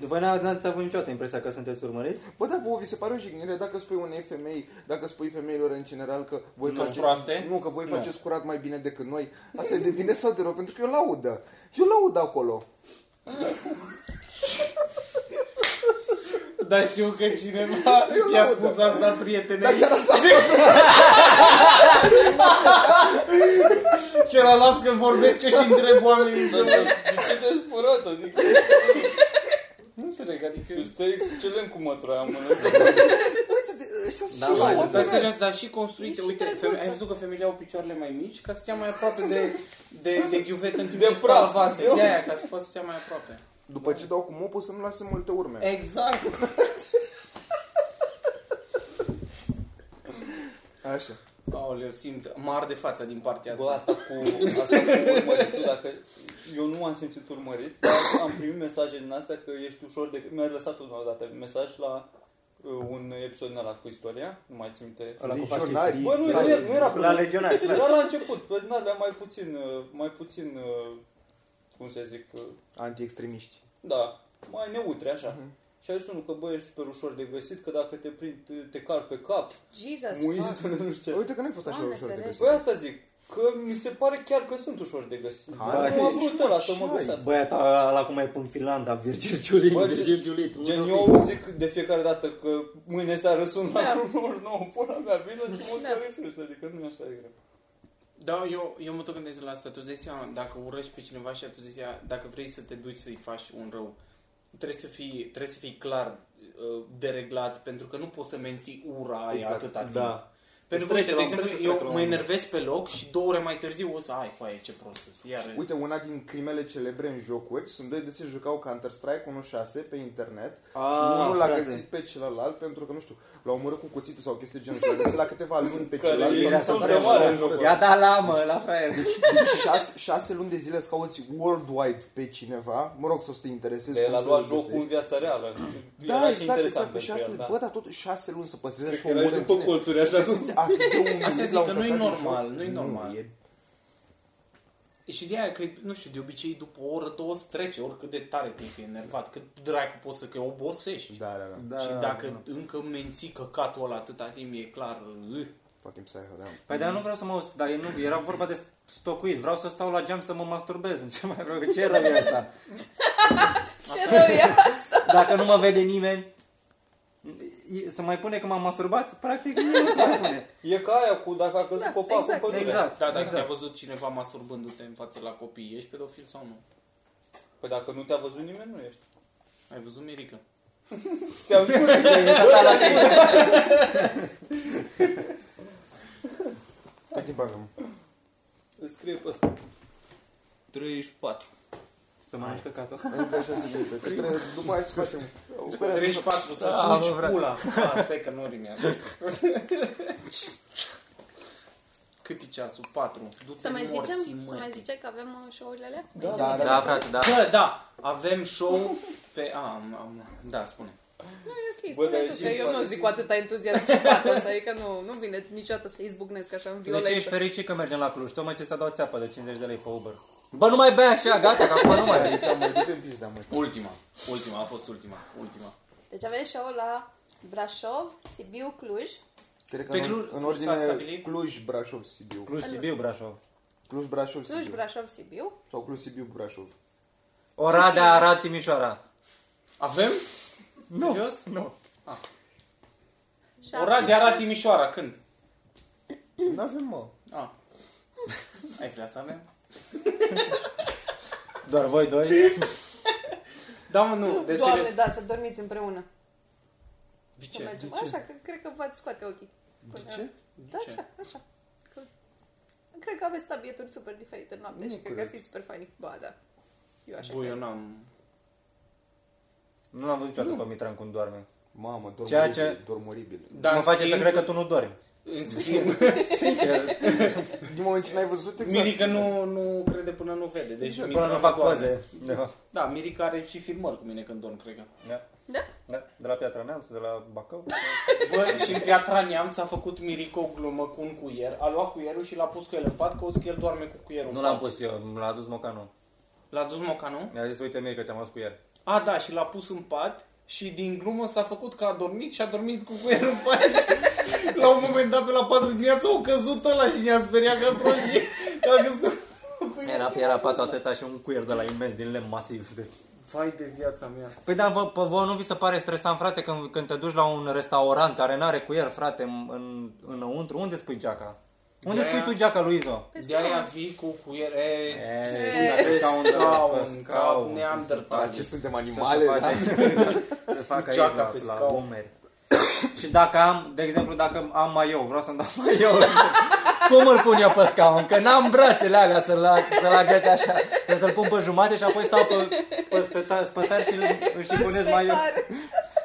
Speaker 5: Voi n-a- n-ați avut niciodată impresia că sunteți urmăriți?
Speaker 4: Bă, dar vouă vi se pare o jignire dacă spui unei femei, dacă spui femeilor în general că voi
Speaker 1: Nu sunt proaste?
Speaker 4: Nu, că voi
Speaker 1: Nu.
Speaker 4: faceți curat mai bine decât noi. Asta e de bine sau de rău? Pentru că eu laudă. Eu laud acolo.
Speaker 1: Dar știu că cineva i-a
Speaker 4: laud,
Speaker 1: spus asta prietenei
Speaker 4: Dar chiar asta
Speaker 1: și la las când vorbesc eu și întreb oamenii
Speaker 2: Da,
Speaker 1: să
Speaker 2: da. De ce te-ai spurat, adică?
Speaker 1: Nu înțeleg, adică...
Speaker 2: Stă excelent cu mătura aia în mână.
Speaker 4: Uite, ăștia
Speaker 5: Da,
Speaker 4: sunt
Speaker 5: mă,
Speaker 4: și
Speaker 1: Dar
Speaker 4: laudă.
Speaker 1: serios, dar și construite,
Speaker 3: E și
Speaker 1: uite,
Speaker 3: drăguță.
Speaker 1: feme- ai văzut că femeile au picioarele mai mici ca să stea mai aproape de, de, de ghiuvetă în timp
Speaker 2: De
Speaker 1: ce spală
Speaker 2: praf.
Speaker 1: vase. De aia, ca să poată să stea mai aproape.
Speaker 4: După ce dau cu mopul să nu lase multe urme.
Speaker 1: Exact.
Speaker 4: Așa.
Speaker 1: Aoleu, simt, mă arde fața din partea asta.
Speaker 2: Bă, asta cu, asta cu urmăritul, dacă eu nu am simțit urmărit, dar am primit mesaje din astea că ești ușor de... Mi-a lăsat o dată mesaj la uh, un episod din ăla cu istoria, nu mai țin minte.
Speaker 5: Ăla cu
Speaker 4: Legionarii.
Speaker 2: Bă, nu, nu,
Speaker 4: Faci-
Speaker 2: era- nu era
Speaker 5: La
Speaker 2: la
Speaker 5: legionari.
Speaker 2: Era la început, pe din alea mai puțin, uh, mai puțin, uh, cum să zic, uh,
Speaker 4: Anti-extremiști.
Speaker 2: da, mai neutre, așa.
Speaker 4: Mhm.
Speaker 2: Și a zis unul că, bă, ești super ușor de găsit, că dacă te prind, te car pe cap,
Speaker 3: Jesus, fuck.
Speaker 2: muiți, nu știu ce.
Speaker 4: Uite că n-ai fost așa
Speaker 3: Doamne
Speaker 4: ușor de
Speaker 3: ferește.
Speaker 2: Păi
Speaker 4: găsit.
Speaker 2: asta zic, că mi se pare chiar că sunt ușor de găsit.
Speaker 4: Hai,
Speaker 2: nu a vrut
Speaker 4: ești,
Speaker 2: ăla
Speaker 4: mă,
Speaker 2: să mă
Speaker 4: ce ai?
Speaker 2: găsească.
Speaker 5: Băiat ăla cum mai pun Finlanda, Virgil Giulit,
Speaker 2: Bă,
Speaker 5: Virgil Giulit.
Speaker 2: Gen, eu zic de fiecare dată că mâine seară sun la
Speaker 3: Da.
Speaker 2: drumuri nouă, pula mea, vină și mă
Speaker 3: Da.
Speaker 2: găsești, adică nu e așa de greu.
Speaker 1: Da, eu, eu mă tot gândesc la asta. Tu zici seama, dacă urăști pe cineva și tu zici seama, dacă vrei să te duci să-i faci un rău, trebuie să fii, trebuie să fii clar uh, dereglat, pentru că nu poți să menții ura aia
Speaker 4: Exact,
Speaker 1: atâta timp.
Speaker 5: Da.
Speaker 1: Pentru că,
Speaker 5: Deci
Speaker 1: uite, de
Speaker 5: trebuie să-
Speaker 1: exemplu,
Speaker 5: trebuie să treacă la
Speaker 1: eu
Speaker 5: un
Speaker 1: mă
Speaker 5: moment dat.
Speaker 1: enervez pe loc și două ore mai târziu o să ai, păi, ce prost sunt. Iar
Speaker 4: Uite, una din crimele celebre în jocuri sunt doi de se jucau Counter-Strike 1.6 pe internet
Speaker 2: Ah,
Speaker 4: și unul l-a
Speaker 5: Ah, frate.
Speaker 4: găsit pe celălalt pentru că, nu știu, l-a omorât cu cuțitul sau chestii de genul și l-a găsit la câteva luni pe
Speaker 2: Care
Speaker 4: celălalt.
Speaker 2: e
Speaker 4: sau nu
Speaker 5: insult
Speaker 4: știu
Speaker 5: de
Speaker 4: care,
Speaker 5: mare
Speaker 4: și
Speaker 2: în
Speaker 4: l-a omorât.
Speaker 2: jocul
Speaker 5: Ia da la mă, la fraier.
Speaker 4: șase, șase luni de zile să cauți worldwide pe cineva, mă rog să o să te interesezi.
Speaker 2: De el
Speaker 4: cum
Speaker 2: a
Speaker 4: să
Speaker 2: luat
Speaker 4: îl
Speaker 2: jocul în
Speaker 4: găsești.
Speaker 2: viața reală.
Speaker 4: Da,
Speaker 2: Era și
Speaker 4: exact, exact,
Speaker 2: interesant
Speaker 4: cu
Speaker 2: pentru
Speaker 4: șase,
Speaker 2: el, da.
Speaker 4: bă, dar tot șase luni să păstrezi
Speaker 2: Cred
Speaker 4: și
Speaker 2: că
Speaker 4: o
Speaker 2: era
Speaker 4: mură
Speaker 2: și
Speaker 4: în
Speaker 2: după
Speaker 4: tine.
Speaker 2: colțuri,
Speaker 4: Și te
Speaker 2: așa
Speaker 4: simți atât de umilit
Speaker 1: zic
Speaker 4: la un
Speaker 1: că nu-i
Speaker 4: căcat de
Speaker 1: normal,
Speaker 4: joc.
Speaker 1: nu-i
Speaker 4: Nu,
Speaker 1: normal.
Speaker 4: e-
Speaker 1: Și de aia că, nu știu, de obicei după o oră, două îți trece, oricât de tare te fi enervat, cât dracu poți să că obosești.
Speaker 4: Da, da, da.
Speaker 5: Da,
Speaker 1: și
Speaker 5: da,
Speaker 1: dacă
Speaker 5: da.
Speaker 1: încă menții căcatul ăla atâta timp, e clar... uh,
Speaker 4: Fucking psycho, da.
Speaker 5: Păi dar nu vreau să mă aud, dar eu nu, era vorba de stocuit, vreau să stau la geam să mă masturbez, ce mai vreau, că ce rău e asta?
Speaker 3: Ce rău e asta?
Speaker 5: Dacă nu mă vede nimeni, e- să mai pune că m-am masturbat, practic nu se mai pune.
Speaker 2: E ca aia cu dacă a căzut
Speaker 3: Da,
Speaker 2: copacul
Speaker 3: exact.
Speaker 2: în pădure.
Speaker 5: Exact,
Speaker 1: Da, dacă
Speaker 5: exact.
Speaker 1: te-a văzut cineva masturbându-te în față la copii, ești pedofil sau nu?
Speaker 2: Păi dacă nu te-a văzut nimeni, nu ești.
Speaker 1: Ai văzut Mirica?
Speaker 2: Ți-am spus.
Speaker 5: Exact. Ce e tata la tine.
Speaker 4: Cât timp avem?
Speaker 2: Îți scrie pe ăsta.
Speaker 6: 34.
Speaker 5: Să mănânci căcatul.
Speaker 4: Încă 6 minute. Cred că după aia să facem... Sper că-
Speaker 1: 34, să
Speaker 5: Da, mă,
Speaker 1: sugi
Speaker 5: frate.
Speaker 1: pula. Ah, stai că nu rimea. Cât e ceasul? 4. Du-te
Speaker 3: Să mai
Speaker 1: morții,
Speaker 3: zicem, să
Speaker 1: măi.
Speaker 3: mai zice că avem uh, show-urile alea?
Speaker 4: Da,
Speaker 5: Da,
Speaker 4: da,
Speaker 5: da,
Speaker 4: da.
Speaker 5: frate, da.
Speaker 1: Bă, da, avem show pe... A, am, am, da, spune.
Speaker 3: Ok,
Speaker 2: Bă, dar
Speaker 3: spune
Speaker 2: e
Speaker 3: tu,
Speaker 2: și
Speaker 3: că eu
Speaker 2: foarte-
Speaker 3: nu zic cu atâta entuziasm și patos, adică nu, nu vine niciodată să izbucnesc așa în
Speaker 5: De ce ești
Speaker 3: violență.
Speaker 5: fericit că mergem la Cluj? Tocmai ce să dau țeapă de 50 de lei pe Uber. Bă, nu mai bea așa, gata, că acum nu mai
Speaker 4: Deci am mai dat în pizda, mă.
Speaker 1: Ultima, ultima, a fost ultima, ultima.
Speaker 3: Deci avem show la Brașov, Sibiu, Cluj.
Speaker 4: Cred că
Speaker 1: Pe
Speaker 4: în,
Speaker 1: Cluj-
Speaker 4: în
Speaker 1: s-a
Speaker 4: ordine
Speaker 1: stabilit?
Speaker 4: Cluj, Brașov, Sibiu.
Speaker 5: Cluj, Sibiu, Brașov.
Speaker 4: Cluj, Brașov, Sibiu.
Speaker 3: Cluj, Brașov, Sibiu.
Speaker 4: Sau Cluj, Sibiu, Brașov.
Speaker 5: Oradea, Arad, Timișoara.
Speaker 1: Avem? Nu. Serios?
Speaker 5: Nu.
Speaker 1: Oradea Arad Timișoara, când?
Speaker 4: Nu avem, mă.
Speaker 1: A. Ai vrea să avem?
Speaker 5: Doar voi doi?
Speaker 1: Da, mă, nu, de
Speaker 3: Doamne,
Speaker 1: serios.
Speaker 3: da, să dormiți împreună.
Speaker 1: De
Speaker 3: Că
Speaker 1: ce?
Speaker 3: mergem. Așa, că, cred că v-ați scoate ochii. Până...
Speaker 1: De ce?
Speaker 3: Da,
Speaker 1: ce?
Speaker 3: așa, așa. Că... Cred că aveți tabieturi super diferite în noapte
Speaker 4: Nu
Speaker 3: și cred că
Speaker 4: cred.
Speaker 3: ar fi super fain. Ba, da. Eu așa
Speaker 1: Bă, eu
Speaker 3: cred.
Speaker 1: n-am...
Speaker 5: Nu l-am văzut niciodată pe Mitran cum doarme.
Speaker 4: Mamă, dorm
Speaker 5: Ceea
Speaker 4: Ceea oribil,
Speaker 5: ce-
Speaker 4: ce... dorm oribil.
Speaker 1: Dar
Speaker 5: mă
Speaker 1: în
Speaker 5: face să
Speaker 1: schimb-
Speaker 5: cred că tu nu dormi.
Speaker 1: În schimb,
Speaker 5: Sincer.
Speaker 4: Din moment ce n-ai văzut exact.
Speaker 1: Mirica nu, nu crede până nu vede. Deci
Speaker 5: Exact, Până
Speaker 1: Mirica
Speaker 5: nu fac
Speaker 1: doarme.
Speaker 5: poze. Da.
Speaker 1: Da, Mirica are și filmări cu mine când dorm, cred că.
Speaker 5: Da.
Speaker 3: Da?
Speaker 5: Da. De la Piatra Neamț, de la Bacău.
Speaker 1: Bă, și în Piatra Neamț a făcut Mirica o glumă cu un cuier, a luat cuierul și l-a pus cu el în pat, că o că el doarme cu cuierul
Speaker 5: Nu
Speaker 1: în
Speaker 5: l-am
Speaker 1: pat.
Speaker 5: pus eu, mi l-a adus Mocanu.
Speaker 1: L-a dus mocanul?
Speaker 5: Mi-a zis, uite mie că ți-am adus cu el.
Speaker 1: A, da, și l-a pus în pat și din glumă s-a făcut că a dormit și a dormit cu cuierul în pat și la un moment dat pe la 4 dimineața au căzut ăla și ne-a speriat că proști a căzut cu
Speaker 5: Era, era patru atâta și un cuier de la imens din lemn masiv. De...
Speaker 1: Vai de viața mea.
Speaker 5: Păi da, vă, pe vouă nu vi se pare stresant, frate, când, când te duci la un restaurant care n-are cuier, frate, în, în, înăuntru? Unde spui geaca? Unde
Speaker 1: De-aia-
Speaker 5: spui tu geaca, Luizo?
Speaker 3: Pe
Speaker 1: De aia
Speaker 3: scaun.
Speaker 1: vii cu cuier. E,
Speaker 5: E, scaun,
Speaker 1: scaun,
Speaker 5: pe
Speaker 1: ca
Speaker 5: scaun.
Speaker 1: neandertal.
Speaker 4: Ce suntem
Speaker 5: Să se
Speaker 4: animale? Da?
Speaker 5: face, să facă aici
Speaker 1: geaca
Speaker 5: la,
Speaker 1: pe
Speaker 5: la
Speaker 1: scaun.
Speaker 5: umeri. Și dacă am, de exemplu, dacă am mai eu, vreau să-mi dau mai eu, cum îl pun eu pe scaun? Că n-am brațele alea să-l, ag- să-l agăț așa. Trebuie să-l pun pe jumate și apoi stau pe, pe spătar, spătar și îl șifonez mai eu.
Speaker 3: Spectare.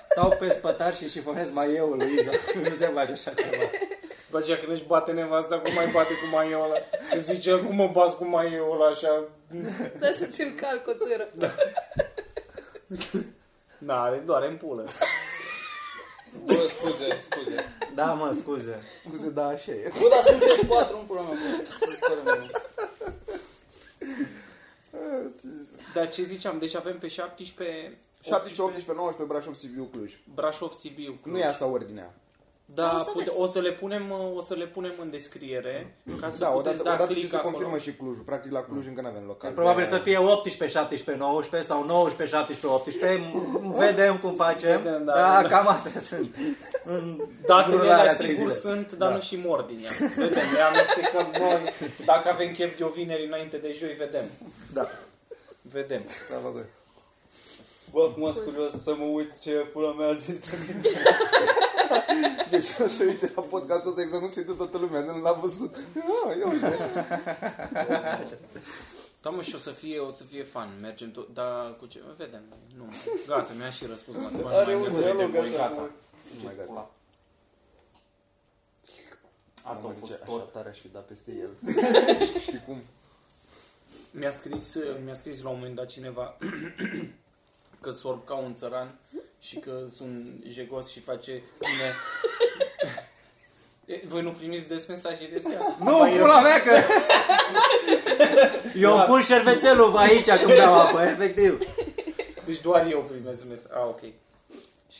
Speaker 5: Stau pe spătar și șifonez mai eu, Luiza. Nu se face așa ceva.
Speaker 1: Bă, Gea, când își bate nevasta, cum mai bate cu maieul ăla? Îți zice, cum mă bați cu maieul ăla așa?
Speaker 3: Da, să ți-l calc o țără.
Speaker 1: Na, are doar în pulă.
Speaker 2: Bă, scuze, scuze.
Speaker 5: Da, mă, scuze.
Speaker 4: Scuze, da, așa e.
Speaker 2: Bă, dar sunteți patru în problema mea.
Speaker 1: Dar ce ziceam, deci avem pe 17...
Speaker 4: 17, 18, 19, Brașov, Sibiu, Cluj.
Speaker 1: Brașov, Sibiu, Cluj.
Speaker 4: Nu e asta ordinea.
Speaker 1: Da,
Speaker 3: O
Speaker 1: o
Speaker 3: să
Speaker 1: să,
Speaker 3: veți.
Speaker 1: o să le punem, uh, o să le punem în descriere ca să
Speaker 4: Da,
Speaker 1: puteți
Speaker 4: odată,
Speaker 1: da
Speaker 4: odată
Speaker 1: click
Speaker 4: ce se
Speaker 1: acolo. Da.
Speaker 4: confirmă și Clujul. Practic la Cluj încă nu avem local.
Speaker 5: Probabil
Speaker 4: De-aia-
Speaker 5: să fie 18, 17, 19 sau 19, 17, 18. Vedem cum facem.
Speaker 1: Vedem, da,
Speaker 5: da, da,
Speaker 1: da.
Speaker 5: cam astea sunt. În jurul
Speaker 1: Datele alea
Speaker 5: alea trei
Speaker 1: sigur
Speaker 5: zile.
Speaker 1: sunt, dar
Speaker 5: Da.
Speaker 1: nu și mor din ea. Vedem, le amestecăm noi. Dacă avem chef de o vineri înainte de joi, vedem.
Speaker 5: Da.
Speaker 1: Vedem.
Speaker 5: Să
Speaker 4: Da,
Speaker 5: vă gândesc.
Speaker 2: Bă, acum sunt curios să mă uit ce pula mea a zis.
Speaker 4: Deci o să uite la podcastul ăsta exact cum se uită toată lumea, nu l-a văzut. Ah, ia uite.
Speaker 1: Da, mă, și o să fie, o să fie fan. Mergem tot, dar cu ce? Vedem. Nu, gata, mi-a și răspuns. Acum nu mai
Speaker 2: Are
Speaker 1: am
Speaker 2: un
Speaker 1: nevoie de
Speaker 2: dialog
Speaker 1: voi,
Speaker 2: așa,
Speaker 1: gata.
Speaker 2: mă.
Speaker 4: Nu mai gata.
Speaker 1: Asta a
Speaker 4: Mamă,
Speaker 1: fost
Speaker 4: ce
Speaker 1: tot.
Speaker 4: Așa tare aș fi dat peste el. Știi cum?
Speaker 1: Mi-a scris, mi-a scris la un moment dat cineva că sorb ca un țăran și că sunt jegos și face bine. E, Voi nu primiți des mesaje de seară?
Speaker 5: Nu,
Speaker 1: Ba, eu-
Speaker 5: pula mea că... Eu
Speaker 1: Da.
Speaker 5: îmi pun șervețelul aici când beau apă, efectiv.
Speaker 1: Deci doar eu primesc mesaje. Ah, ok.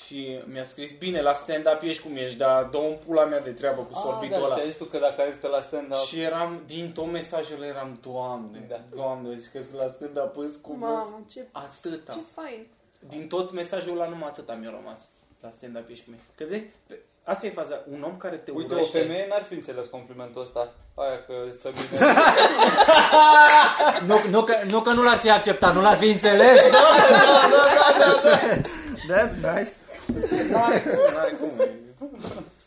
Speaker 1: Și mi-a scris, bine, la stand-up ești cum ești, dar dă un pula mea de treabă cu sorbitul
Speaker 2: da,
Speaker 1: ăla.
Speaker 2: și ai zis tu că dacă ai zis că la stand-up...
Speaker 1: Și eram, din tot mesajele eram, doamne,
Speaker 2: Da.
Speaker 1: doamne, zic că sunt la stand-up, îs cum îs.
Speaker 3: Mamă, ce,
Speaker 1: Atâta.
Speaker 3: ce fain.
Speaker 1: Din tot mesajul ăla numai atâta mi-a rămas la stand-up ești cum e. Că zici, pe- asta e faza, un om care te
Speaker 2: Uite, o
Speaker 1: urăște...
Speaker 2: femeie n-ar fi înțeles complimentul ăsta. Aia că stă bine.
Speaker 5: Nu, nu, că, nu că nu l-ar fi acceptat, nu l-ar fi înțeles. Da, da, da, da, da. That's nice.
Speaker 1: N-are cum, n-are cum.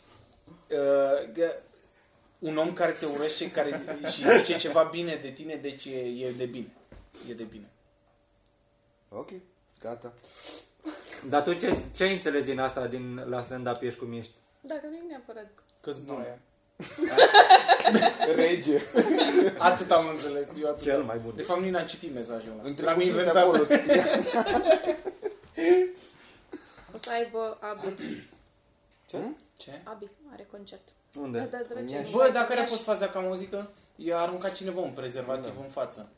Speaker 1: Uh, că un om care te urăște care și zice ceva bine de tine, deci e, e de bine. E de bine.
Speaker 4: Ok, gata.
Speaker 5: Dar tu ce, ce ai înțeles din asta, din la stand-up ești cum ești?
Speaker 3: Dacă nu e neapărat.
Speaker 1: Că-s bun.
Speaker 2: Nu Da, e.
Speaker 4: Rege.
Speaker 1: Atât am înțeles eu atât.
Speaker 5: Cel mai bun.
Speaker 1: De fapt, nu am citit mesajul ăla.
Speaker 4: Între
Speaker 1: L-am
Speaker 4: cuvinte
Speaker 1: inventat.
Speaker 4: acolo scrie.
Speaker 3: O să aibă Abi.
Speaker 1: Ce?
Speaker 3: Abi are concert.
Speaker 5: Unde?
Speaker 3: Da, drăgea,
Speaker 4: În Iași.
Speaker 1: Bă,
Speaker 3: numai
Speaker 1: dar care a
Speaker 3: Iași.
Speaker 1: fost faza că am auzit că i-a aruncat cineva un prezervativ în față.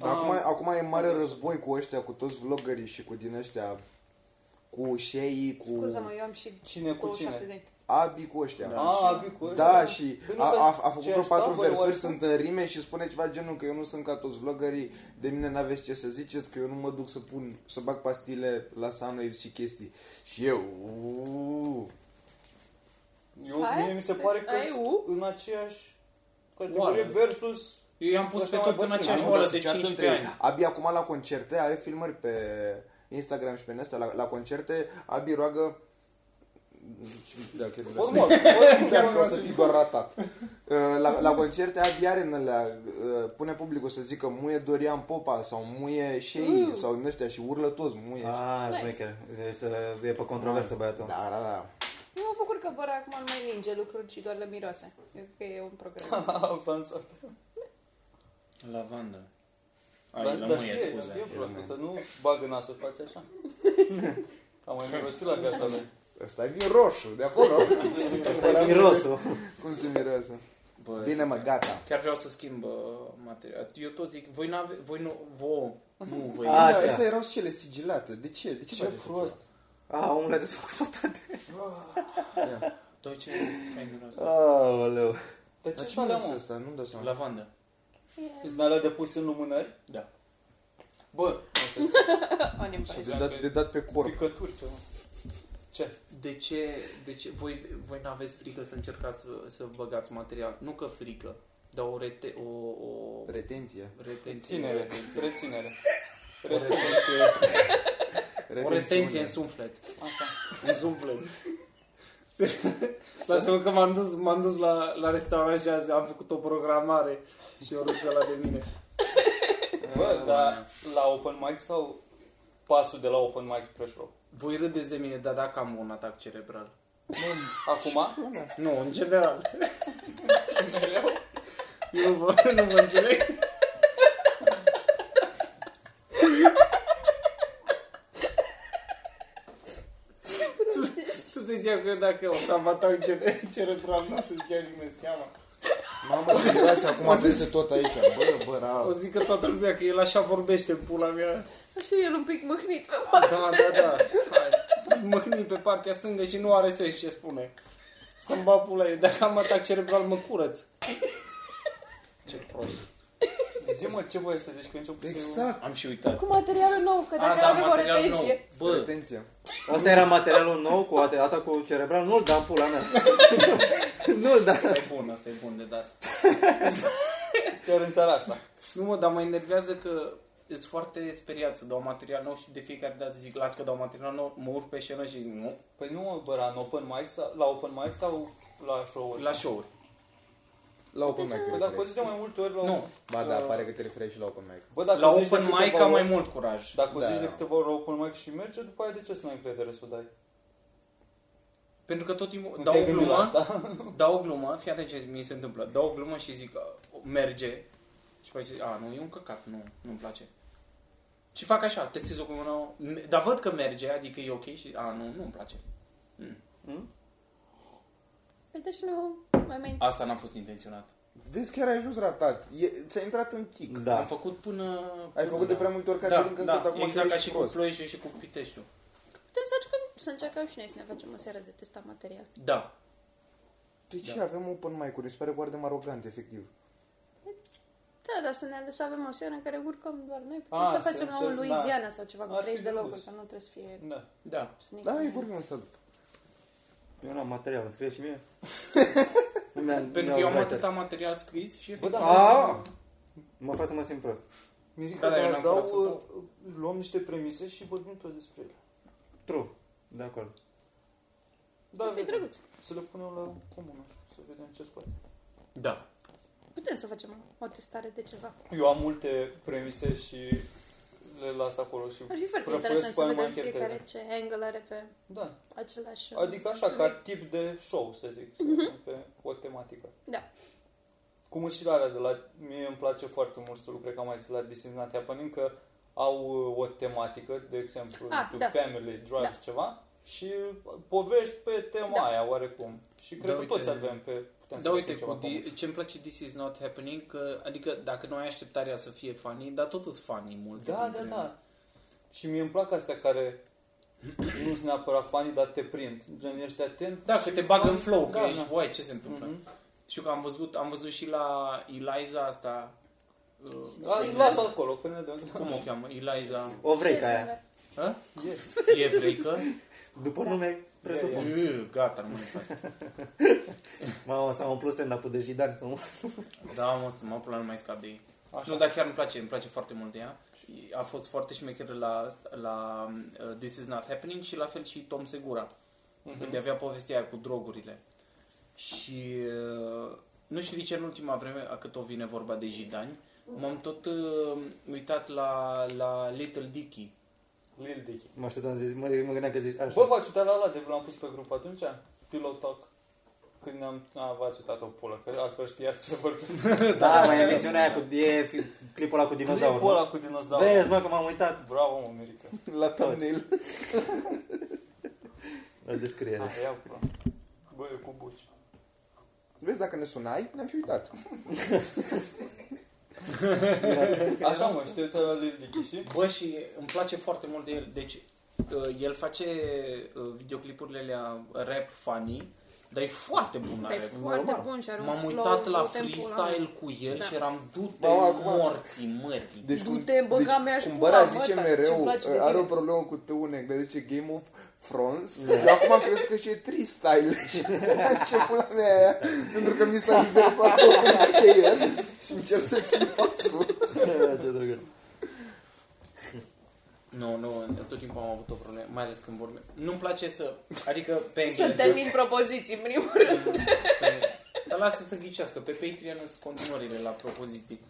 Speaker 4: Acum, acum e mare război cu ăștia, cu toți vloggerii și cu din ăștia cu șeii, cu
Speaker 3: Scuză-mă, eu am și
Speaker 2: Cine cu
Speaker 3: 27 de
Speaker 2: cine?
Speaker 3: ani.
Speaker 4: Abi cu ăștia.
Speaker 1: Da.
Speaker 2: A, Abi cu
Speaker 4: Da,
Speaker 2: ăsta.
Speaker 4: și
Speaker 2: Păi nu
Speaker 4: a,
Speaker 2: s-a-
Speaker 4: a, a făcut
Speaker 2: ce
Speaker 4: vreo
Speaker 2: aș sta,
Speaker 4: patru
Speaker 2: băi,
Speaker 4: versuri,
Speaker 2: oarecum?
Speaker 4: sunt în rime și spune ceva genul că eu nu sunt ca toți vloggerii, de mine n-aveți ce să ziceți, că eu nu mă duc să pun, să bag pastile la Sunwave și chestii. Și eu, uuu,
Speaker 2: Eu,
Speaker 3: Hai?
Speaker 2: mie mi se pare că
Speaker 3: Deci Ai
Speaker 2: sunt
Speaker 3: u?
Speaker 2: în aceeași categorie
Speaker 1: Oameni.
Speaker 2: versus
Speaker 1: Eu i-am pus
Speaker 4: Ăsta
Speaker 1: pe
Speaker 4: mai
Speaker 1: toți în
Speaker 4: bătrân,
Speaker 1: aceeași
Speaker 4: nu,
Speaker 1: oală
Speaker 4: dar
Speaker 1: de
Speaker 4: se ceartă
Speaker 1: 15
Speaker 4: între ei.
Speaker 1: ani.
Speaker 4: Abia acum la concerte, are filmări pe Instagram și pe Nesta, la, la concerte, Abi roagă da, chiar vreau să-
Speaker 2: Normal.
Speaker 4: chiar că o să fii doar ratat. Uh, La, la concerte Abi are în alea, uh, pune publicul să zică muie Dorian Popa sau muie Shei sau din ăștia și urlă toți muie.
Speaker 5: Ah,
Speaker 3: Nice.
Speaker 5: șmecher. Deci uh, e pe controversă băiatul.
Speaker 4: Da, da, da.
Speaker 3: Eu mă bucur că Bora acum nu mai linge lucruri, ci doar le miroase. Eu cred că e un progres.
Speaker 2: Avansat.
Speaker 1: Lavandă. Ai,
Speaker 2: Dar,
Speaker 1: la
Speaker 2: dar
Speaker 1: mâie,
Speaker 2: știe, știe
Speaker 1: scuze.
Speaker 2: proastă, că nu bagă nasul, face așa. Am mai mirosit la viața mea.
Speaker 4: Ăsta e vin roșu, de acolo.
Speaker 5: Asta e mirosul.
Speaker 4: Cum se miroase?
Speaker 1: Bă,
Speaker 4: Bine mă, gata.
Speaker 1: Chiar vreau să schimb uh, material. Eu tot zic, voi, n-ave, voi nu, vouă, nu voi.
Speaker 5: A, Așa.
Speaker 4: Astea erau și cele sigilate. De ce? De ce,
Speaker 2: Ce
Speaker 4: faci așa ceva?
Speaker 2: prost.
Speaker 5: A, omule, de s-a făcut
Speaker 1: Doi ce fain miros.
Speaker 5: Aoleu.
Speaker 2: Dar
Speaker 4: Dar
Speaker 2: ce
Speaker 4: ce
Speaker 2: s-a
Speaker 4: miros
Speaker 2: mă?
Speaker 4: ăsta? Nu-mi dau seama.
Speaker 1: Lavandă.
Speaker 2: Sunt alea de pus în lumânări?
Speaker 1: Da. Bă,
Speaker 2: Nu se
Speaker 3: On impress.
Speaker 4: De dat, de dat pe corp.
Speaker 2: Picături, ceva. Ce?
Speaker 1: de ce, de ce voi, voi n-aveți frică să încercați să, să băgați material? Nu că frică, dar o, rete, o, o
Speaker 4: Retenție.
Speaker 1: retenție.
Speaker 2: Ținere,
Speaker 1: retenție.
Speaker 2: reținere.
Speaker 1: Retenție. O retenție
Speaker 4: Retențiune.
Speaker 1: în suflet.
Speaker 2: Așa.
Speaker 1: În suflet. Lasă-mă că m-am dus, m-am dus la, la restaurant și azi am făcut o programare și o râs la de mine.
Speaker 2: Bă, dar la open mic sau pasul de la open mic spre show?
Speaker 1: Voi râdeți de mine, dar dacă am un atac cerebral.
Speaker 2: Acum?
Speaker 1: Nu, în general. nu, vă, nu vă înțeleg. Tu să-i zic că dacă o să am atac cere- cerebral, nu o să-ți dea nimeni seama.
Speaker 4: Mamă, ce miroase acum aveți de tot aici. Bă, da. bă,
Speaker 1: O
Speaker 4: ra.
Speaker 1: zic că toată lumea că el așa vorbește, pula mea.
Speaker 3: Și el un pic mâhnit pe
Speaker 1: Da, da, da. Hai. Mâhnit pe partea stângă și nu are sens ce spune. Să-mi bag pula ei. Dacă am atac cerebral, mă curăț. Ce prost.
Speaker 2: Zi mă ce voie să zici că încep
Speaker 4: Exact.
Speaker 1: Am și uitat.
Speaker 3: Cu materialul nou,
Speaker 1: Ah,
Speaker 3: că
Speaker 1: da,
Speaker 3: dacă nu avem o retenție.
Speaker 1: Bă,
Speaker 4: Retenție.
Speaker 5: Asta era materialul nou cu ate- atacul cerebral. Nu-l da, în pula mea. Nu-l da.
Speaker 1: asta e bun, asta e bun de dat.
Speaker 2: Chiar în țara asta.
Speaker 1: Nu mă, dar mă enervează că sunt foarte speriat să dau material nou și de fiecare dată zic, las că dau material nou, mă urc pe scenă și zic, nu,
Speaker 2: Păi nu mă, bă, la open mic sau, la open mic sau la show-uri?
Speaker 1: la show-uri.
Speaker 4: La open mic. te
Speaker 2: Păi dacă o
Speaker 4: referi.
Speaker 2: zici de mai multe ori la
Speaker 1: Nu,
Speaker 4: Ba da, pare că te referi și la open mic.
Speaker 2: Bă,
Speaker 1: la
Speaker 2: o zici de
Speaker 1: open
Speaker 2: câteva
Speaker 1: mic am mai
Speaker 2: ori-
Speaker 1: mult curaj.
Speaker 2: Dacă o
Speaker 4: Da.
Speaker 2: zici de câteva ori la open mic și merge, după aia de ce să nu ai încredere să o dai?
Speaker 1: Pentru că tot timpul
Speaker 2: Nu
Speaker 1: dau
Speaker 2: te-ai
Speaker 1: o
Speaker 2: gândit la
Speaker 1: glumă,
Speaker 2: asta?
Speaker 1: dau o glumă, fii atent ce mi se întâmplă, dau o glumă și zic, "A, merge, și apoi zic, a, nu, e un căcat, nu, nu-mi place. Și fac așa, testez o glumă nouă, m- dar văd că merge, adică e ok și, a, nu, nu-mi place.
Speaker 3: Uite și nu mai mai...
Speaker 1: Asta n-a fost intenționat.
Speaker 4: Vezi, chiar ai ajuns ratat. E, ți-a intrat în tic.
Speaker 1: Am
Speaker 5: Da.
Speaker 1: făcut până...
Speaker 4: Ai făcut de prea multe ori Caterin, că tot acum
Speaker 1: Da. exact
Speaker 4: că
Speaker 1: ca
Speaker 4: ești
Speaker 1: și cu
Speaker 4: prost.
Speaker 1: Ploiești și cu Piteștiul.
Speaker 3: Putem să încercăm, să încercăm și noi să ne facem o seară de testat material.
Speaker 1: Da.
Speaker 4: De ce avem open mic-uri? Mi se pare foarte arogant, efectiv.
Speaker 3: Da, dar să ne ales să avem o seară în care urcăm doar noi. Putem
Speaker 2: Ah,
Speaker 3: să
Speaker 2: să
Speaker 3: facem la un
Speaker 2: încerc- da.
Speaker 3: Louisiana sau ceva cu
Speaker 2: Ar fi
Speaker 3: 30 de
Speaker 2: drăguț.
Speaker 3: locuri, că nu trebuie să fie...
Speaker 2: Da.
Speaker 1: Da.
Speaker 3: să
Speaker 4: Da,
Speaker 3: ne-
Speaker 4: e vorbim asta.
Speaker 5: Eu n-am material, îmi scrie și mie. Mi-am-
Speaker 1: Pentru
Speaker 5: mi-au
Speaker 1: că eu am
Speaker 5: writer.
Speaker 1: atâta material scris și
Speaker 2: Bă,
Speaker 1: efectiv...
Speaker 2: da,
Speaker 5: A, mă fac să mă simt prost.
Speaker 1: Da,
Speaker 2: Mirica, da,
Speaker 1: da, eu
Speaker 2: dar
Speaker 1: n-am curat
Speaker 2: îți
Speaker 1: să
Speaker 2: dau,
Speaker 1: dau.
Speaker 2: uh, luăm niște premise și vorbim toți despre ele.
Speaker 5: True. De acolo.
Speaker 3: Ar
Speaker 2: Da,
Speaker 3: fi drăguț.
Speaker 2: să le punem la comună, să vedem ce scoate.
Speaker 1: Da.
Speaker 3: Putem să facem o testare de ceva.
Speaker 2: Eu am multe premise și le las acolo și...
Speaker 3: Ar fi foarte
Speaker 2: Prăfuiesc
Speaker 3: interesant
Speaker 2: cu
Speaker 3: să
Speaker 2: aia
Speaker 3: vedem
Speaker 2: mai chiar
Speaker 3: fiecare
Speaker 2: tare.
Speaker 3: ce angle are pe
Speaker 2: Da,
Speaker 3: același...
Speaker 2: adică așa, ca
Speaker 3: subiect.
Speaker 2: tip de show, să zic, să vedem pe o tematică.
Speaker 3: Mhm. Da.
Speaker 2: Cum și la alea de la... Mie îmi place foarte mult să lucrez ca mai la This is Not Happening, că au uh, o tematică, de exemplu,
Speaker 3: Ah,
Speaker 2: nu știu,
Speaker 3: da.
Speaker 2: family, drugs,
Speaker 3: Da.
Speaker 2: ceva, și uh, povești pe tema
Speaker 3: Da.
Speaker 2: aia, oarecum. Și cred
Speaker 1: Da,
Speaker 2: că
Speaker 1: uite.
Speaker 2: toți avem pe... Putem să
Speaker 1: Da,
Speaker 2: găsim
Speaker 1: uite,
Speaker 2: ceva
Speaker 1: cu
Speaker 2: comun.
Speaker 1: di- ce-mi place This is not happening, că, adică dacă nu ai așteptarea să fie funny, dar tot îți funny mult.
Speaker 2: Da, da, da. Și mie îmi plac astea care nu sunt neapărat fanii, dar te prind. Gen, ești atent.
Speaker 1: Da, că te bagă în flow, că ești, Mm-hmm.
Speaker 2: Da.
Speaker 1: uai, ce se întâmplă?
Speaker 2: Mhm.
Speaker 1: Știu că am văzut, am văzut și la Eliza asta... Uh,
Speaker 2: La- Lasă acolo, că ne dăm.
Speaker 1: cum o cheamă? Eliza...
Speaker 5: O vrei
Speaker 3: Ce
Speaker 5: ca
Speaker 3: să
Speaker 5: aia.
Speaker 3: ne-
Speaker 1: Hă?
Speaker 2: E.
Speaker 1: E evreică?
Speaker 5: După nume,
Speaker 1: Prezupun. Iu, Gata, rămâne în pace.
Speaker 5: Mamă, asta am umplut stand-up-ul de Jidan. sau-
Speaker 1: Da, mă, să mă pula, nu mai scap de ei.
Speaker 2: Așa.
Speaker 1: Nu, dar chiar îmi place, îmi place foarte mult de ea. Și A fost foarte șmecheră la, la uh, This Is Not Happening și la fel și Tom Segura. Unde avea povestea aia cu drogurile. Și uh, nu știu de ce în ultima vreme, a cât o vine vorba de jidani, m-am tot uh, uitat la, la Little Dicky.
Speaker 2: Lil Dicky.
Speaker 5: Mă așteptam, zi- mă, mă gândeam că zici
Speaker 2: Bă,
Speaker 5: așa.
Speaker 2: v-ați uitat la ăla de l-am pus pe grup atunci? Pillow Talk. Când ne-am... A, v-ați uitat o pulă, că altfel știați ce vorbim.
Speaker 5: Da, mai emisiunea aia cu, e fi- clipul ăla cu dinozaur.
Speaker 2: Clipul
Speaker 5: nu?
Speaker 2: ăla cu dinozaur.
Speaker 5: Vezi, mă, că m-am uitat
Speaker 2: Bravo, mă, Mirica.
Speaker 4: La thumbnail.
Speaker 5: la descriere.
Speaker 2: Hai, iau pula. Bă, e cu buci.
Speaker 4: Vezi, dacă ne sunai, ne-am fi uitat.
Speaker 2: Așa, mă, și te uită la Lil Dicky și...
Speaker 1: Bă, și îmi place foarte mult de el. Deci, uh, el face uh, videoclipurile alea rap funny, dar e foarte bun la
Speaker 3: Dar e
Speaker 1: rap.
Speaker 3: Păi foarte bun și are un
Speaker 1: M-am
Speaker 3: flow,
Speaker 1: uitat la
Speaker 3: du-te în pula mea.
Speaker 1: freestyle cu el
Speaker 3: Da.
Speaker 1: și eram du-te
Speaker 4: Mamă, acum- da.
Speaker 1: morții mătii.
Speaker 4: Deci,
Speaker 3: Du-te, bă, ca mi-aș
Speaker 4: cum
Speaker 3: pula,
Speaker 4: Băra
Speaker 3: bă,
Speaker 4: zice
Speaker 3: dar ce-mi
Speaker 4: mereu, uh,
Speaker 3: place de
Speaker 4: are o
Speaker 3: tine.
Speaker 4: problemă cu tu în engleză, zice Game of Thrones.
Speaker 1: Da.
Speaker 4: Eu acum am crezut că și e freestyle. Și ce pula mea e aia? Pentru că mi s-a liberat totul în creier și încerc să țin pasul.
Speaker 5: Ce drăguț.
Speaker 1: Nu, nu, tot timpul am avut o problemă, mai ales când vorbim. Nu-mi place să, adică pe
Speaker 3: Să
Speaker 1: engleză,
Speaker 3: termin propoziții, în primul rând.
Speaker 1: pe- dar lasă să ghicească. Pe Patreon sunt continuările la propoziții.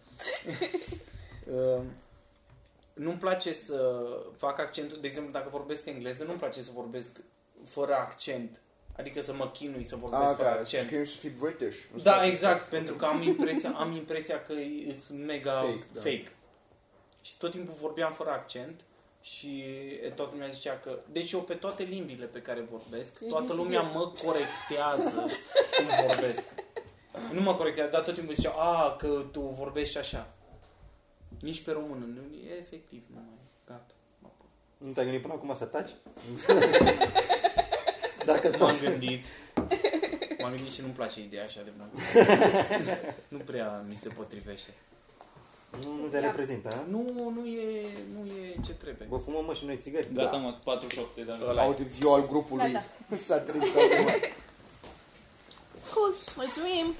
Speaker 1: Um, nu-mi place să fac accentul, de exemplu, dacă vorbesc engleză, nu-mi place să vorbesc fără accent. Adică să mă chinui să vorbesc
Speaker 4: Ah,
Speaker 1: fără
Speaker 4: da,
Speaker 1: accent.
Speaker 4: că eu și fi British. nu
Speaker 1: Da,
Speaker 4: știu.
Speaker 1: exact, pentru că am impresia, am impresia că sunt mega
Speaker 4: Fake,
Speaker 1: fake,
Speaker 4: da.
Speaker 1: fake. Și tot timpul vorbeam fără accent și toată lumea zicea că... Deci eu pe toate limbile pe care vorbesc,
Speaker 3: Ești
Speaker 1: toată
Speaker 3: dezbie.
Speaker 1: lumea mă corectează cum vorbesc. Nu mă corectează, dar tot timpul zicea, a, că tu vorbești așa. Nici pe română, nu, e efectiv, nu mai, gata. mă apuc.
Speaker 5: Nu te-ai gândit până acum să taci? Dacă
Speaker 1: M-am
Speaker 5: tot.
Speaker 1: gândit, m-am gândit și nu-mi place ideea așa de mult. nu prea mi se potrivește.
Speaker 5: Nu, nu te
Speaker 3: Ia.
Speaker 5: reprezintă, a?
Speaker 1: Nu, nu e, nu e ce trebuie.
Speaker 5: Bă, fumăm mă și noi țigări.
Speaker 4: Da.
Speaker 6: Gata, mă, da. 48 de ani.
Speaker 1: Ăla e.
Speaker 4: Audio al grupului
Speaker 3: Da,
Speaker 4: s-a trezit acum.
Speaker 3: Cool, mulțumim!